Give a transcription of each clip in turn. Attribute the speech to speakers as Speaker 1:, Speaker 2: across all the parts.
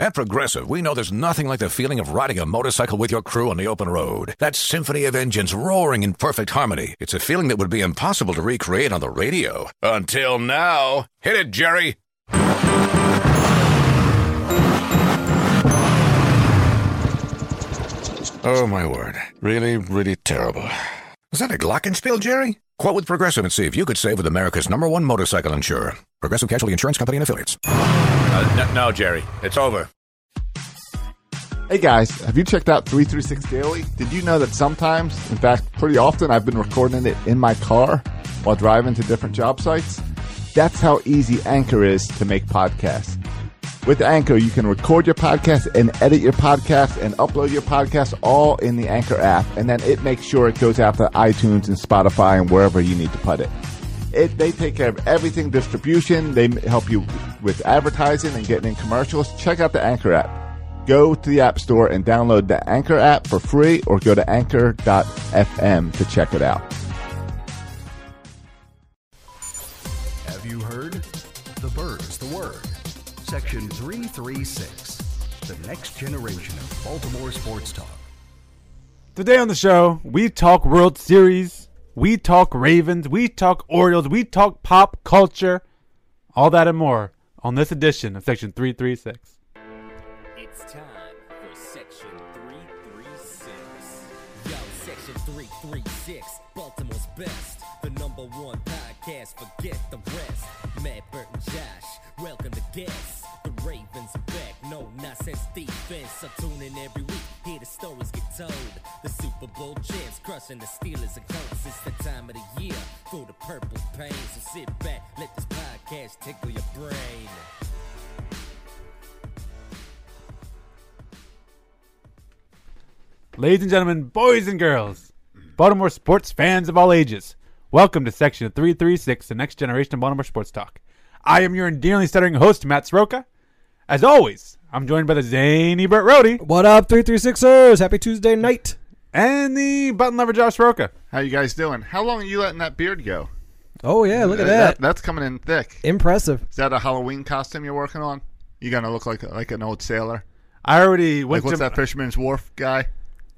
Speaker 1: At Progressive, we know there's nothing like the feeling of riding a motorcycle with your crew on the open road. That symphony of engines roaring in perfect harmony. It's a feeling that would be impossible to recreate on the radio. Until now. Hit it, Jerry! Oh, my word. Really, really terrible. Is that a Glockenspiel, Jerry? Quote with Progressive and see if you could save with America's number one motorcycle insurer. Progressive Casualty Insurance Company and Affiliates. Uh, no, no, Jerry. It's over.
Speaker 2: Hey guys, have you checked out 336 Daily? Did you know that sometimes, in fact, pretty often, I've been recording it in my car while driving to different job sites? That's how easy Anchor is to make podcasts. With Anchor, you can record your podcast and edit your podcast and upload your podcast all in the Anchor app, and then it makes sure it goes out to iTunes and Spotify and wherever you need to put it. It, they take care of everything distribution. They m- help you with advertising and getting in commercials. Check out the Anchor app. Go to the App Store and download the Anchor app for free or go to anchor.fm to check it out.
Speaker 3: Have you heard? The Bird's the Word. Section 336. The next generation of Baltimore sports talk.
Speaker 4: Today on the show, we talk World Series, we talk Ravens, we talk Orioles, we talk pop culture, all that and more on this edition of Section 336.
Speaker 5: It's time for Section 336. Yo, Section 336, Baltimore's best. The number one podcast, forget the rest. Matt, Burt, and Josh, welcome to guests. The Ravens are back, no nonsense defense. So tune in every week, hear the stories get told. The Super Bowl champs crushing the Steelers and Colts. It's the time of the year for the purple pain. So sit back, let this podcast tickle your brain.
Speaker 4: Ladies and gentlemen, boys and girls, Baltimore sports fans of all ages, welcome to Section 336, the next generation of Baltimore sports talk. I am your endearingly stuttering host, Matt Soroka. As always, I'm joined by the zany Burt Rohde
Speaker 6: What up, 336ers? Happy Tuesday night.
Speaker 4: and the button lover Josh Soroka.
Speaker 2: How you guys doing? How long are you letting that beard go?
Speaker 6: Oh, yeah, look at
Speaker 2: Uh,
Speaker 6: that.
Speaker 2: That's coming in thick.
Speaker 6: Impressive.
Speaker 2: Is that a Halloween costume you're working on? You're gonna look like like an old sailor.
Speaker 4: I already went
Speaker 2: Like what's
Speaker 4: to
Speaker 2: that Fisherman's Wharf guy?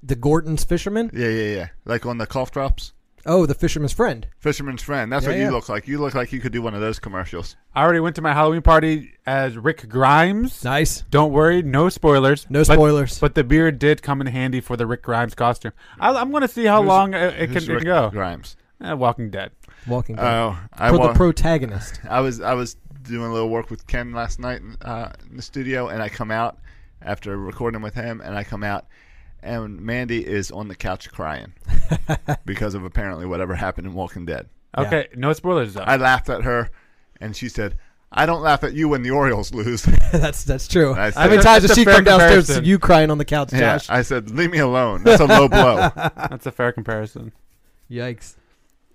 Speaker 6: The Gordon's fisherman?
Speaker 2: Yeah, yeah, yeah. Like on the cough drops.
Speaker 6: Oh, the fisherman's friend.
Speaker 2: Fisherman's Friend. That's
Speaker 6: Yeah,
Speaker 2: what
Speaker 6: yeah.
Speaker 2: you look like. You look like you could do one of those commercials.
Speaker 4: I already went to my Halloween party as Rick Grimes.
Speaker 6: Nice.
Speaker 4: Don't worry, no spoilers.
Speaker 6: No
Speaker 4: But-
Speaker 6: spoilers.
Speaker 4: But, the beard did come in handy for the Rick Grimes costume. I, I'm going to see how
Speaker 2: Who's-
Speaker 4: long it, it can,
Speaker 2: who's
Speaker 4: it can
Speaker 2: Rick
Speaker 4: go.
Speaker 2: Grimes.
Speaker 4: Eh, Walking Dead.
Speaker 6: Walking
Speaker 2: Oh,
Speaker 6: Dead.
Speaker 2: I,
Speaker 6: Pro-
Speaker 2: wa-
Speaker 6: the protagonist.
Speaker 2: I was I was doing a little work with Ken last night in, uh, in the studio, and I come out after recording with him, and I come out, and Mandy is on the couch crying because of apparently whatever happened in Walking Dead.
Speaker 4: Okay, no spoilers though.
Speaker 2: I laughed at her, and she said, "I don't laugh at you when the Orioles lose."
Speaker 6: that's that's true.
Speaker 2: I see.
Speaker 6: How many
Speaker 4: That's
Speaker 6: times does
Speaker 4: a
Speaker 6: she
Speaker 4: fair
Speaker 6: come downstairs
Speaker 4: comparison.
Speaker 6: to you crying on the couch,
Speaker 2: yeah,
Speaker 6: Josh?
Speaker 2: I said, "Leave me alone." That's a low blow.
Speaker 4: That's a fair comparison.
Speaker 6: Yikes.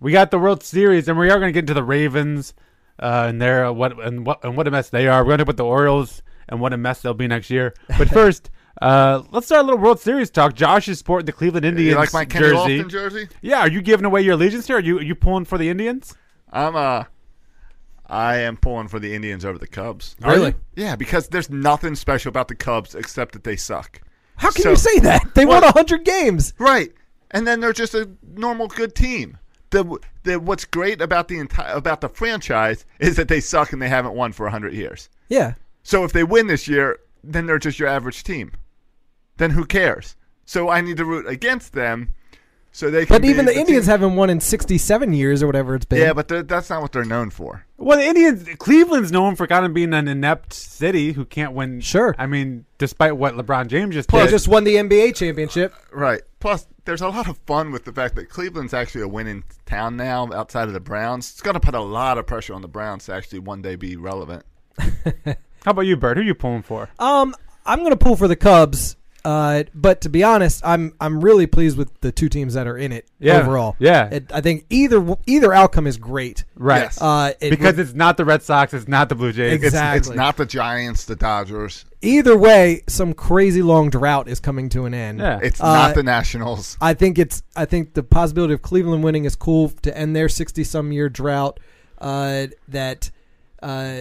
Speaker 4: We got the World Series, and we are going to get into the Ravens uh, and their uh, what and what and what a mess they are. We're going to put the Orioles and what a mess they'll be next year. But first, uh, let's start a little World Series talk. Josh is sporting the Cleveland Indians
Speaker 2: you like my Kenny
Speaker 4: jersey.
Speaker 2: Lofton jersey?
Speaker 4: yeah, are you giving away your allegiance here? Are you are you pulling for the Indians?
Speaker 2: I'm uh, I am pulling for the Indians over the Cubs.
Speaker 6: Really?
Speaker 2: Yeah, because there's nothing special about the Cubs except that they suck.
Speaker 6: How can
Speaker 2: So-
Speaker 6: you say that? They won
Speaker 2: What?
Speaker 6: won 100 games.
Speaker 2: Right, and then they're just a normal good team. The, the what's great about the entire about the franchise is that they suck and they haven't won for hundred years.
Speaker 6: Yeah.
Speaker 2: So if they win this year, then they're just your average team. Then who cares? So I need to root against them, so they. Can
Speaker 6: But
Speaker 2: be
Speaker 6: even the, Indians
Speaker 2: team-
Speaker 6: haven't won in 67 years or whatever it's been.
Speaker 2: Yeah, but they're- that's not what they're known for.
Speaker 4: Well, the Indians, Cleveland's known for kind of being an inept city who can't win.
Speaker 6: Sure.
Speaker 4: I mean, despite what LeBron James just
Speaker 6: they
Speaker 4: did.
Speaker 6: just won the NBA championship.
Speaker 2: Right. Plus, there's a lot of fun with the fact that Cleveland's actually a winning town now outside of the Browns. It's going to put a lot of pressure on the Browns to actually one day be relevant.
Speaker 4: How about you, Bert? Who are you pulling for?
Speaker 6: Um, I'm going to pull for the Cubs. Uh, but to be honest, I'm I'm really pleased with the two teams that are in it
Speaker 4: Yeah.
Speaker 6: overall.
Speaker 4: Yeah.
Speaker 6: It- I think either either outcome is great.
Speaker 4: Right.
Speaker 2: Yes.
Speaker 6: Uh, it
Speaker 4: because
Speaker 6: would-
Speaker 4: it's not the Red Sox, it's not the Blue Jays.
Speaker 2: It's,
Speaker 6: Exactly.
Speaker 2: it's not the Giants, the Dodgers.
Speaker 6: either way, some crazy long drought is coming to an end.
Speaker 4: Yeah.
Speaker 2: It's
Speaker 6: Uh,
Speaker 2: not the Nationals.
Speaker 6: I think it's I think the possibility of Cleveland winning is cool to end their sixty some year drought. Uh, that uh,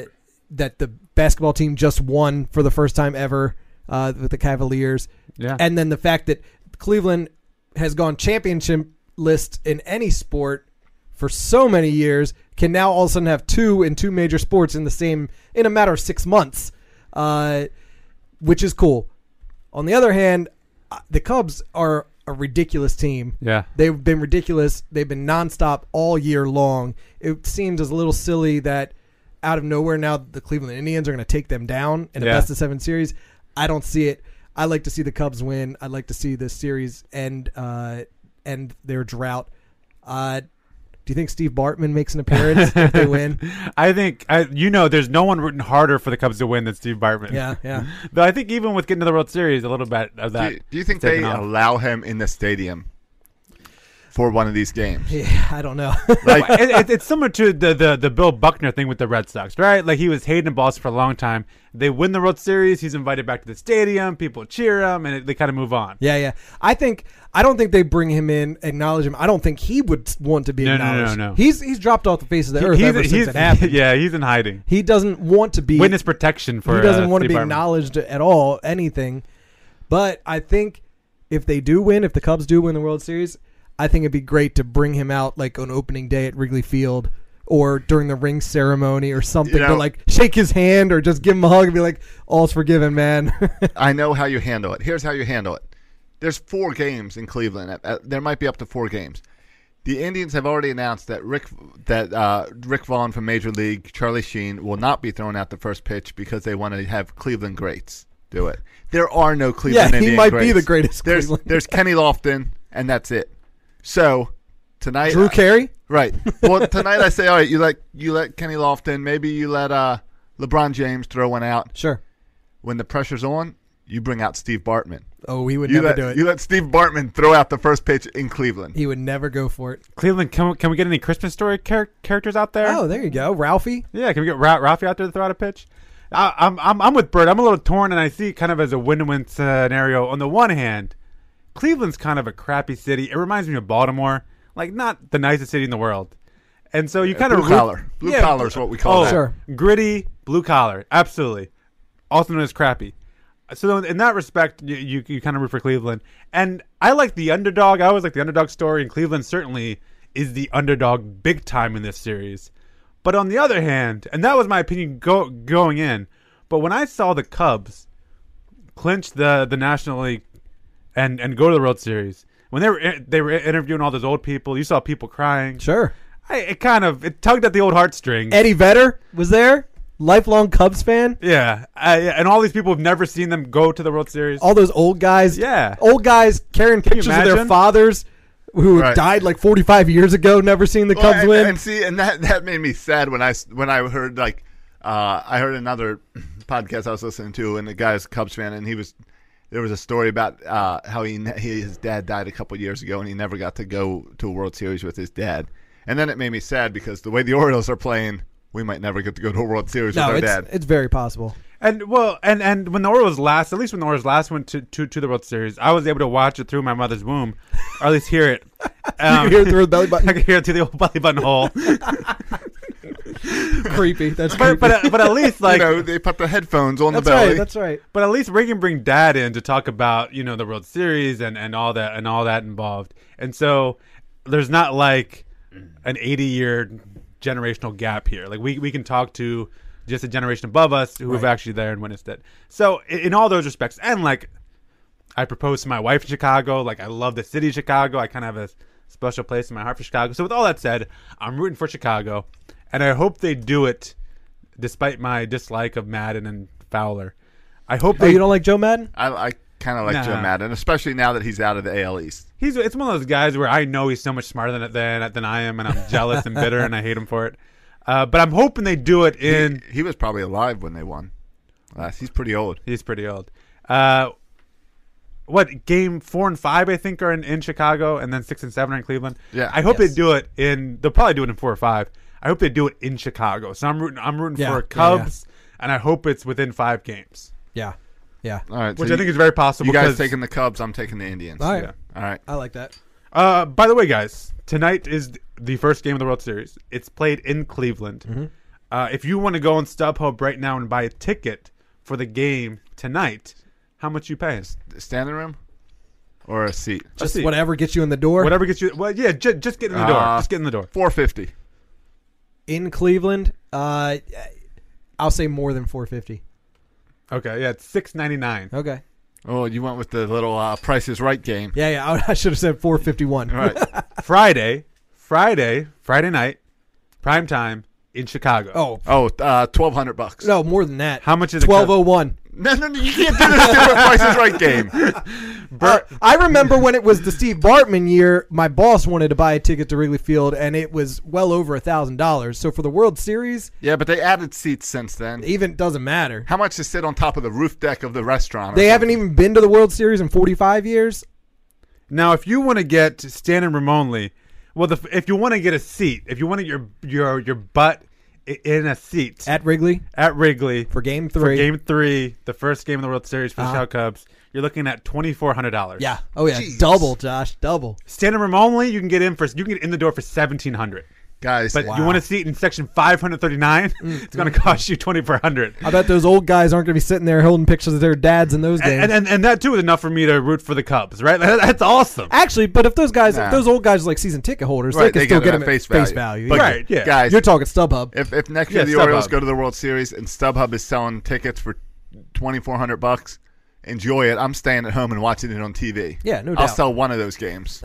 Speaker 6: that the basketball team just won for the first time ever uh, with the Cavaliers.
Speaker 4: Yeah.
Speaker 6: and then the fact that Cleveland has gone championship list in any sport for so many years can now all of a sudden have two in two major sports in the same in a matter of six months, uh, which is cool. On the other hand, uh, the Cubs are a ridiculous team.
Speaker 4: Yeah.
Speaker 6: They've been ridiculous. They've been nonstop all year long. It seems as a little silly that out of nowhere now the Cleveland Indians are going to take them down in
Speaker 4: Yeah.
Speaker 6: a best of seven series. I don't see it. I like to see the Cubs win. I'd like to see this series end uh, end their drought. Uh, do you think Steve Bartman makes an appearance if they win?
Speaker 4: I think I, you know. There's no one rooting harder for the Cubs to win than Steve Bartman.
Speaker 6: Yeah, yeah.
Speaker 4: Though I think even with getting to the World Series, a little bit of
Speaker 2: Do
Speaker 4: that.
Speaker 2: you, do you think
Speaker 4: is taken
Speaker 2: they
Speaker 4: off.
Speaker 2: allow him in the stadium for one of these games?
Speaker 6: Yeah, I don't know.
Speaker 2: Like,
Speaker 4: it, it, it's similar to the, the the Bill Buckner thing with the Red Sox, right? Like he was hating Boston for a long time. They win the World Series. He's invited back to the stadium. People cheer him, and it, they kind of move on.
Speaker 6: yeah, yeah. I think I don't think they bring him in, acknowledge him. I don't think he would want to be
Speaker 4: No, no, no,
Speaker 6: acknowledged.
Speaker 4: no.
Speaker 6: He's he's dropped off the face of the earth
Speaker 4: He-
Speaker 6: ever since
Speaker 4: he's,
Speaker 6: it happened.
Speaker 4: yeah, he's in hiding.
Speaker 6: He doesn't want to be
Speaker 4: Witness protection for
Speaker 6: he doesn't
Speaker 4: uh,
Speaker 6: want to
Speaker 4: Steve
Speaker 6: be
Speaker 4: Bartman.
Speaker 6: acknowledged at all, anything. But I think if they do win, if the Cubs do win the World Series, I think it'd be great to bring him out like on opening day at Wrigley Field or during the ring ceremony or something
Speaker 2: You know-
Speaker 6: to like shake his hand or just give him a hug and be like, all's forgiven, man.
Speaker 2: I know how you handle it. Here's how you handle it. There's four games in Cleveland. Uh, uh, There might be up to four games. The Indians have already announced that Rick that uh, Rick Vaughn from Major League, Charlie Sheen will not be throwing out the first pitch because they want to have Cleveland greats do it. There are no Cleveland.
Speaker 6: Yeah, he
Speaker 2: Indian
Speaker 6: might be
Speaker 2: greats.
Speaker 6: the greatest
Speaker 2: There's
Speaker 6: Cleveland-
Speaker 2: there's Kenny Lofton, and that's it. So tonight,
Speaker 6: Drew
Speaker 2: uh,
Speaker 6: Carey?
Speaker 2: Right. Well, tonight I say, all right, you let you let Kenny Lofton, maybe you let uh, LeBron James throw one out.
Speaker 6: Sure.
Speaker 2: When the pressure's on, you bring out Steve Bartman.
Speaker 6: Oh, he would
Speaker 2: You
Speaker 6: never
Speaker 2: let,
Speaker 6: do it.
Speaker 2: you let Steve Bartman throw out the first pitch in Cleveland.
Speaker 6: he would never go for it.
Speaker 4: Cleveland, can we, can we get any Christmas story char- characters out there?
Speaker 6: Oh, there you go. Ralphie.
Speaker 4: Yeah, can we get Ra- Rafi out there to throw out a pitch? I, I'm, I'm I'm with Bert. I'm a little torn, and I see it kind of as a win-win scenario. On the one hand, Cleveland's kind of a crappy city. It reminds me of Baltimore, like not the nicest city in the world. And so you kind
Speaker 2: blue
Speaker 4: of
Speaker 2: collar. Blue collar is what we call
Speaker 4: oh,
Speaker 2: that.
Speaker 6: Sure.
Speaker 4: gritty blue collar, absolutely. Also known as crappy. So in that respect, you, you you kind of root for Cleveland, and I like the underdog. I always like the underdog story, and Cleveland certainly is the underdog big time in this series. But on the other hand, and that was my opinion go, going in, but when I saw the Cubs clinch the the National League and and go to the World Series, when they were they were interviewing all those old people, you saw people crying.
Speaker 6: Sure.
Speaker 4: I, it kind of it tugged at the old heartstrings.
Speaker 6: Eddie Vedder was there. Lifelong Cubs fan.
Speaker 4: Yeah, I, and all these people have never seen them go to the World Series.
Speaker 6: all those old guys.
Speaker 4: Yeah.
Speaker 6: Old guys carrying
Speaker 4: you
Speaker 6: pictures of their
Speaker 4: imagine?
Speaker 6: fathers who
Speaker 2: Right.
Speaker 6: died like 45 years ago, never seen the
Speaker 2: Well,
Speaker 6: Cubs
Speaker 2: and,
Speaker 6: win.
Speaker 2: and see, and that, that made me sad when I s- when I heard like uh, I heard another podcast I was listening to, and the guy's a Cubs fan, and he was there was a story about uh, how he, ne- he his dad died a couple years ago, and he never got to go to a World Series with his dad, and then it made me sad because the way the Orioles are playing, we might never get to go to a World Series
Speaker 6: no,
Speaker 2: with
Speaker 6: it's,
Speaker 2: our dad.
Speaker 6: it's very possible.
Speaker 4: And well, and and when the Orioles last, at least when the Orioles last went to, to, to the World Series, I was able to watch it through my mother's womb, or at least hear it. Um,
Speaker 6: you hear it through the belly
Speaker 4: I
Speaker 6: button.
Speaker 4: could hear it through the old belly button hole.
Speaker 6: creepy. That's creepy.
Speaker 4: but but uh, but at least like
Speaker 2: you know, they put the headphones on
Speaker 6: that's
Speaker 2: the belly.
Speaker 6: right. That's right.
Speaker 4: But at least we can bring Dad in to talk about you know the World Series and and all that and all that involved. And so there's not like an 80 year generational gap here. Like we we can talk to just a generation above us who have actually there and witnessed it. So i- in all those respects, and like I proposed to my wife in Chicago. Like I love the city of Chicago. I kind of have a special place in my heart for Chicago. So with all that said, I'm rooting for Chicago, and I hope they do it, despite my dislike of Madden and Fowler. I hope
Speaker 6: Oh,
Speaker 4: they.
Speaker 6: you don't like Joe Madden?
Speaker 2: I, I kind of like
Speaker 4: Nah.
Speaker 2: Joe Madden, especially now that he's out of the AL East.
Speaker 4: he's it's one of those guys where I know he's so much smarter than than than I am, and I'm jealous and bitter, and I hate him for it. Uh, but I'm hoping they do it in.
Speaker 2: He was probably alive when they won. Last. He's pretty old.
Speaker 4: He's pretty old. Uh, what game four and five I think are in, in Chicago, and then six and seven are in Cleveland.
Speaker 2: Yeah.
Speaker 4: I hope
Speaker 5: Yes.
Speaker 4: they do it in. They'll probably do it in four or five. I hope they do it in Chicago. So I'm rooting. I'm rooting
Speaker 6: Yeah,
Speaker 4: for
Speaker 6: yeah,
Speaker 4: Cubs, and I hope it's within five games,
Speaker 6: Yeah, yeah.
Speaker 2: All right, so
Speaker 4: which I
Speaker 2: you-
Speaker 4: think is very possible.
Speaker 2: you guys
Speaker 4: because-
Speaker 2: taking the Cubs. I'm taking the Indians.
Speaker 6: All right,
Speaker 4: Yeah.
Speaker 2: All right.
Speaker 6: I like that.
Speaker 4: Uh, by the way, guys, tonight is the first game of the World Series. It's played in Cleveland.
Speaker 6: Mm-hmm.
Speaker 4: Uh, if you want to go on StubHub right now and buy a ticket for the game tonight, how much you paying?
Speaker 2: Standing room or a seat?
Speaker 6: Just
Speaker 4: see.
Speaker 6: whatever Ah. gets you in the door.
Speaker 4: Whatever gets you. Well, yeah, ju- just get in the door.
Speaker 2: Uh,
Speaker 4: Just get in the door.
Speaker 2: 450.
Speaker 6: in Cleveland, uh, I'll say more than 450.
Speaker 4: Okay, yeah, it's six ninety nine.
Speaker 6: Okay.
Speaker 2: Oh, you went with the little uh, Price is Right game.
Speaker 6: Yeah, yeah. I, I should have said 451.
Speaker 2: All right.
Speaker 4: Friday, Friday, Friday night, prime time in Chicago.
Speaker 6: Oh
Speaker 2: Oh, uh, 1200 bucks.
Speaker 6: no, more than that.
Speaker 4: How much is it cost?
Speaker 6: 1201.
Speaker 2: No, no, no, you can't do this stupid Price is Right game.
Speaker 6: Uh, I remember when it was the Steve Bartman year, my boss wanted to buy a ticket to Wrigley Field, and it was well over a thousand dollars. So for the World Series,
Speaker 2: Yeah, but they added seats since then.
Speaker 6: even doesn't matter.
Speaker 2: How much to sit on top of the roof deck of the restaurant? or
Speaker 6: They haven't
Speaker 2: something?
Speaker 6: even been to the World Series in 45 years.
Speaker 4: Now, if you want to get standing room only, well, the, if you want to get a seat, if you want to get your your your butt i- in a seat
Speaker 6: At Wrigley
Speaker 4: at Wrigley
Speaker 6: for Game
Speaker 4: for
Speaker 6: Three.
Speaker 4: Game Three, the first game of the World Series for the Chicago Cubs, you're looking at twenty four hundred dollars.
Speaker 6: yeah. Oh yeah. Double, Josh. Double.
Speaker 4: standing room only. You can get in for you can get in the door for seventeen hundred.
Speaker 2: Guys,
Speaker 4: But you want a seat in section five hundred thirty nine? It's going to cost you twenty four hundred.
Speaker 6: I bet those old guys aren't going to be sitting there holding pictures of their dads in those games.
Speaker 4: And, and and that too is enough for me to root for the Cubs, right? That's awesome.
Speaker 6: Actually, but if those guys,
Speaker 2: Nah.
Speaker 6: if those old guys are like season ticket holders,
Speaker 2: Right,
Speaker 6: they
Speaker 2: they
Speaker 6: can still
Speaker 2: get it
Speaker 6: get them
Speaker 2: at
Speaker 6: at
Speaker 2: face
Speaker 6: face
Speaker 2: value.
Speaker 6: value.
Speaker 2: But-
Speaker 6: yeah.
Speaker 4: Right? Yeah.
Speaker 2: guys,
Speaker 6: You're talking StubHub.
Speaker 2: if, if next year
Speaker 4: Yeah,
Speaker 2: the Orioles
Speaker 4: StubHub.
Speaker 2: go to the World Series and StubHub is selling tickets for 2400 bucks, enjoy it. I'm staying at home and watching it on TV.
Speaker 6: Yeah, no
Speaker 2: I'll
Speaker 6: doubt.
Speaker 2: sell one of those games,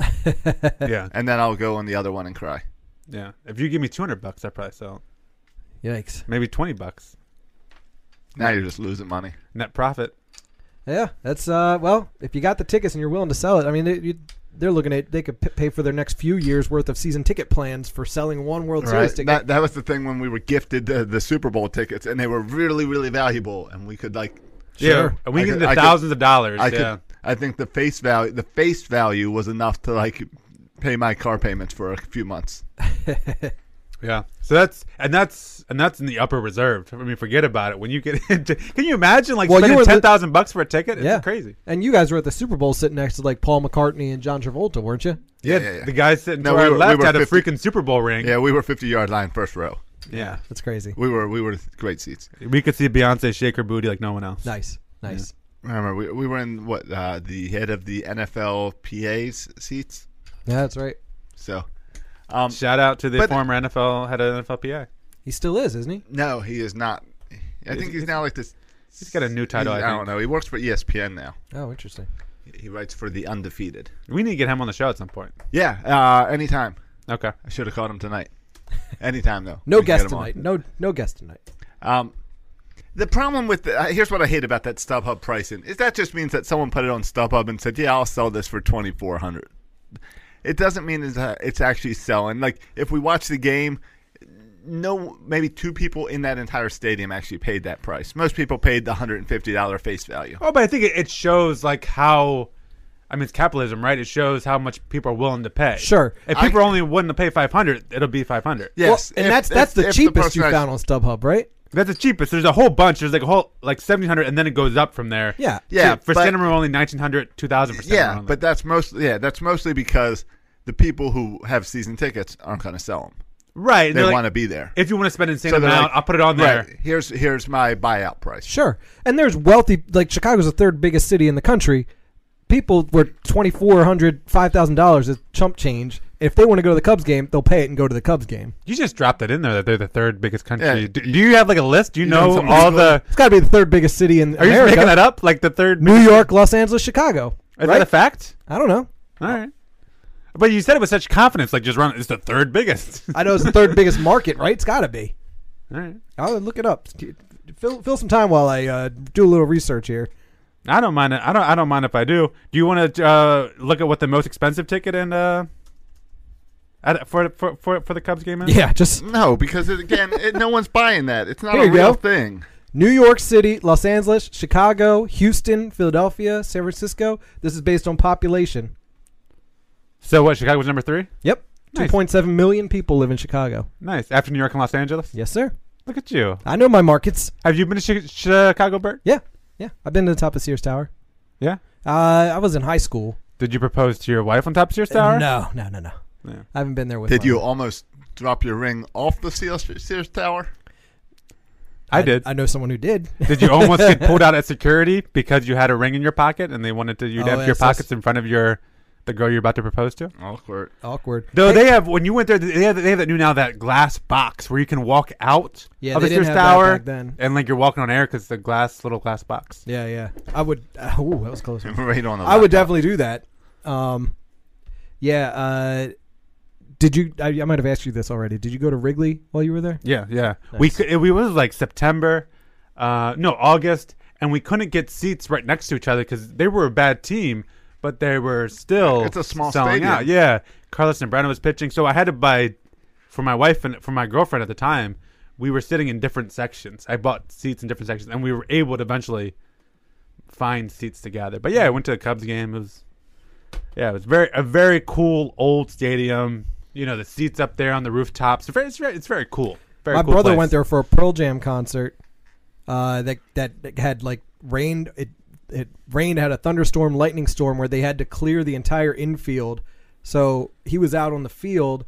Speaker 4: Yeah.
Speaker 2: and then I'll go on the other one and cry.
Speaker 4: Yeah. If you give me two hundred bucks, I probably sell.
Speaker 6: Yikes.
Speaker 4: Maybe twenty bucks.
Speaker 2: Now you're just losing money.
Speaker 4: Net profit.
Speaker 6: Yeah, that's uh. Well, if you got the tickets and you're willing to sell it, I mean, they, you, they're looking at they could p- pay for their next few years worth of season ticket plans for selling one World Series ticket.
Speaker 2: That, that was the thing when we were gifted the, the Super Bowl tickets, and they were really, really valuable, and we could like.
Speaker 4: Yeah,
Speaker 6: Sure.
Speaker 4: and we
Speaker 2: I
Speaker 4: get
Speaker 2: could-
Speaker 4: into
Speaker 2: I could-
Speaker 4: thousands of dollars.
Speaker 2: I
Speaker 4: yeah.
Speaker 2: could. I think the face value, the face value, was enough to like pay my car payments for a few months.
Speaker 4: Yeah. So that's and that's and that's in the upper reserve. I mean, forget about it. When you get into, can you imagine like
Speaker 6: Well, you
Speaker 4: spending
Speaker 6: were the-
Speaker 4: ten thousand bucks for a ticket? It's
Speaker 6: yeah,
Speaker 4: crazy.
Speaker 6: And you guys were at the Super Bowl sitting next to like Paul McCartney and John Travolta, weren't you?
Speaker 4: Yeah,
Speaker 2: yeah, yeah.
Speaker 4: The guy sitting
Speaker 2: No,
Speaker 4: to
Speaker 2: we
Speaker 4: our
Speaker 2: were- we
Speaker 4: left
Speaker 2: were
Speaker 4: had a
Speaker 2: 50
Speaker 4: freaking Super Bowl ring.
Speaker 2: Yeah, we were fifty yard line, first row.
Speaker 4: Yeah.
Speaker 6: That's crazy.
Speaker 2: We were we were great seats.
Speaker 4: We could see Beyonce shake her booty like no one else.
Speaker 6: Nice, nice.
Speaker 2: Remember, we, we were in what uh, the head of the NFL PA's seats.
Speaker 6: Yeah. that's right.
Speaker 2: So, um,
Speaker 4: Shout out to the
Speaker 2: But-
Speaker 4: former NFL head of NFLPA.
Speaker 6: He still is, isn't he?
Speaker 2: no, he is not. I think he's now like this.
Speaker 4: He's got a new title. I,
Speaker 2: I,
Speaker 4: think.
Speaker 2: don't know. He works for E ESPN now.
Speaker 6: Oh, interesting.
Speaker 2: He writes for the Undefeated.
Speaker 4: We need to get him on the show at some point.
Speaker 2: Yeah, uh, anytime.
Speaker 4: Okay.
Speaker 2: I should have called him tonight. Anytime though.
Speaker 6: No
Speaker 2: We can
Speaker 6: guest
Speaker 2: get him on.
Speaker 6: tonight. No, no guest tonight.
Speaker 2: Um, the problem with the, uh, here's what I hate about that StubHub pricing is that just means that someone put it on StubHub and said, "Yeah, I'll sell this for twenty four hundred. It doesn't mean it's, uh, it's actually selling. Like if we watch the game, no, maybe two people in that entire stadium actually paid that price. Most people paid the hundred and fifty dollar face value.
Speaker 4: Oh, but I think it, it shows like how. I mean, it's capitalism, right? It shows how much people are willing to pay.
Speaker 6: Sure.
Speaker 4: If
Speaker 2: I-
Speaker 4: people are only willing to pay five hundred, it'll be five hundred.
Speaker 2: Yes,
Speaker 6: Well, and
Speaker 2: if-
Speaker 6: that's that's
Speaker 2: if-
Speaker 6: the
Speaker 2: if
Speaker 6: cheapest
Speaker 2: person
Speaker 6: you
Speaker 2: act-
Speaker 6: found on StubHub, right?
Speaker 4: That's the cheapest. There's a whole bunch. There's like a whole like 700 and then it goes up from there.
Speaker 6: Yeah.
Speaker 2: Yeah,
Speaker 4: for
Speaker 2: but-
Speaker 4: standing room only 1900, 2000 for standing room
Speaker 2: Yeah,
Speaker 4: only.
Speaker 2: but that's mostly yeah, that's mostly because the people who have season tickets aren't going to sell them.
Speaker 4: right.
Speaker 2: They want to be there.
Speaker 4: If you want to spend insane
Speaker 2: So they're
Speaker 4: amount,
Speaker 2: like,
Speaker 4: I'll put it on there.
Speaker 2: Right, here's here's my buyout price.
Speaker 6: Sure. And there's wealthy, like Chicago's the third biggest city in the country. People were twenty four hundred, five thousand dollars is chump change. If they want to go to the Cubs game, they'll pay it and go to the Cubs game.
Speaker 4: You just dropped it in there that they're the third biggest country.
Speaker 2: Yeah.
Speaker 4: Do, do you have like a list? Do you,
Speaker 2: know
Speaker 4: know
Speaker 2: something
Speaker 4: all
Speaker 2: cool?
Speaker 4: the?
Speaker 6: It's got to be the third biggest city in
Speaker 4: Are you just
Speaker 6: America.
Speaker 4: making that up? Like the third?
Speaker 6: New York, Los Angeles, Chicago.
Speaker 4: Is
Speaker 6: right?
Speaker 4: that a fact?
Speaker 6: I don't know.
Speaker 4: All right. But you said it with such confidence, like just run. It's the third biggest.
Speaker 6: I know it's the third biggest market, right? It's got to be.
Speaker 4: all right.
Speaker 6: I'll look it up. Fill, fill some time while I uh, do a little research here.
Speaker 4: I don't mind it. I don't. I don't mind if I do. Do you want to uh, look at what the most expensive ticket and uh, at, for, for for for the Cubs game is?
Speaker 6: Yeah, just
Speaker 2: No, because it, again, it, no one's buying that. It's not
Speaker 6: Here
Speaker 2: a
Speaker 6: you go.
Speaker 2: real thing.
Speaker 6: New York City, Los Angeles, Chicago, Houston, Philadelphia, San Francisco. This is based on population.
Speaker 4: So what? Chicago was number three.
Speaker 6: Yep.
Speaker 4: Nice.
Speaker 6: 2.7 million people live in Chicago.
Speaker 4: Nice. After New York and Los Angeles.
Speaker 6: Yes, sir.
Speaker 4: Look at you.
Speaker 6: I know my markets.
Speaker 4: Have you been to Chi- Chicago, Bert?
Speaker 6: Yeah. Yeah. I've been to the top of Sears Tower.
Speaker 4: Yeah.
Speaker 6: Uh, I was in high school.
Speaker 4: Did you propose to your wife on top of your tower?
Speaker 6: No, no, no, no. I haven't been there with
Speaker 2: Did
Speaker 6: my-
Speaker 2: you almost drop your ring off the Sears, Sears Tower?
Speaker 4: I did.
Speaker 6: I know someone who did.
Speaker 4: did you almost get pulled out at security because you had a ring in your pocket and they wanted to you
Speaker 6: Oh,
Speaker 4: to have
Speaker 6: yes,
Speaker 4: your
Speaker 6: yes.
Speaker 4: pockets in front of your the girl you're about to propose to?
Speaker 2: Awkward.
Speaker 6: Awkward.
Speaker 4: Though they have when you went there, they have, they have that new now that glass box where you can walk out
Speaker 6: Yeah,
Speaker 4: of
Speaker 6: they
Speaker 4: the
Speaker 6: didn't
Speaker 4: Sears
Speaker 6: have that
Speaker 4: Tower
Speaker 6: back then.
Speaker 4: and like you're walking on air because the glass little glass box.
Speaker 6: Yeah, yeah. I would. Uh, ooh, that was close.
Speaker 2: Right on the
Speaker 6: I would
Speaker 2: laptop.
Speaker 6: definitely do that. Um, yeah. Uh, did you? I, I might have asked you this already. Did you go to Wrigley while you were there?
Speaker 4: Yeah, yeah. We could, it, we was like September, uh, no August, and we couldn't get seats right next to each other because they were a bad team, but they were still
Speaker 2: It's a small
Speaker 4: selling
Speaker 2: stadium.
Speaker 4: out. Yeah, Carlos Zambrano was pitching, so I had to buy for my wife and for my girlfriend at the time. We were sitting in different sections. I bought seats in different sections, and we were able to eventually find seats to gather. But yeah, I went to the Cubs game. It was yeah, it was very a very cool old stadium. You know, the seats up there on the rooftops. It's very, it's very, it's very cool. Very
Speaker 6: My
Speaker 4: cool
Speaker 6: brother
Speaker 4: place.
Speaker 6: went there for a Pearl Jam concert. Uh, that that that had like rained. It it rained had a thunderstorm, lightning storm where they had to clear the entire infield. So he was out on the field,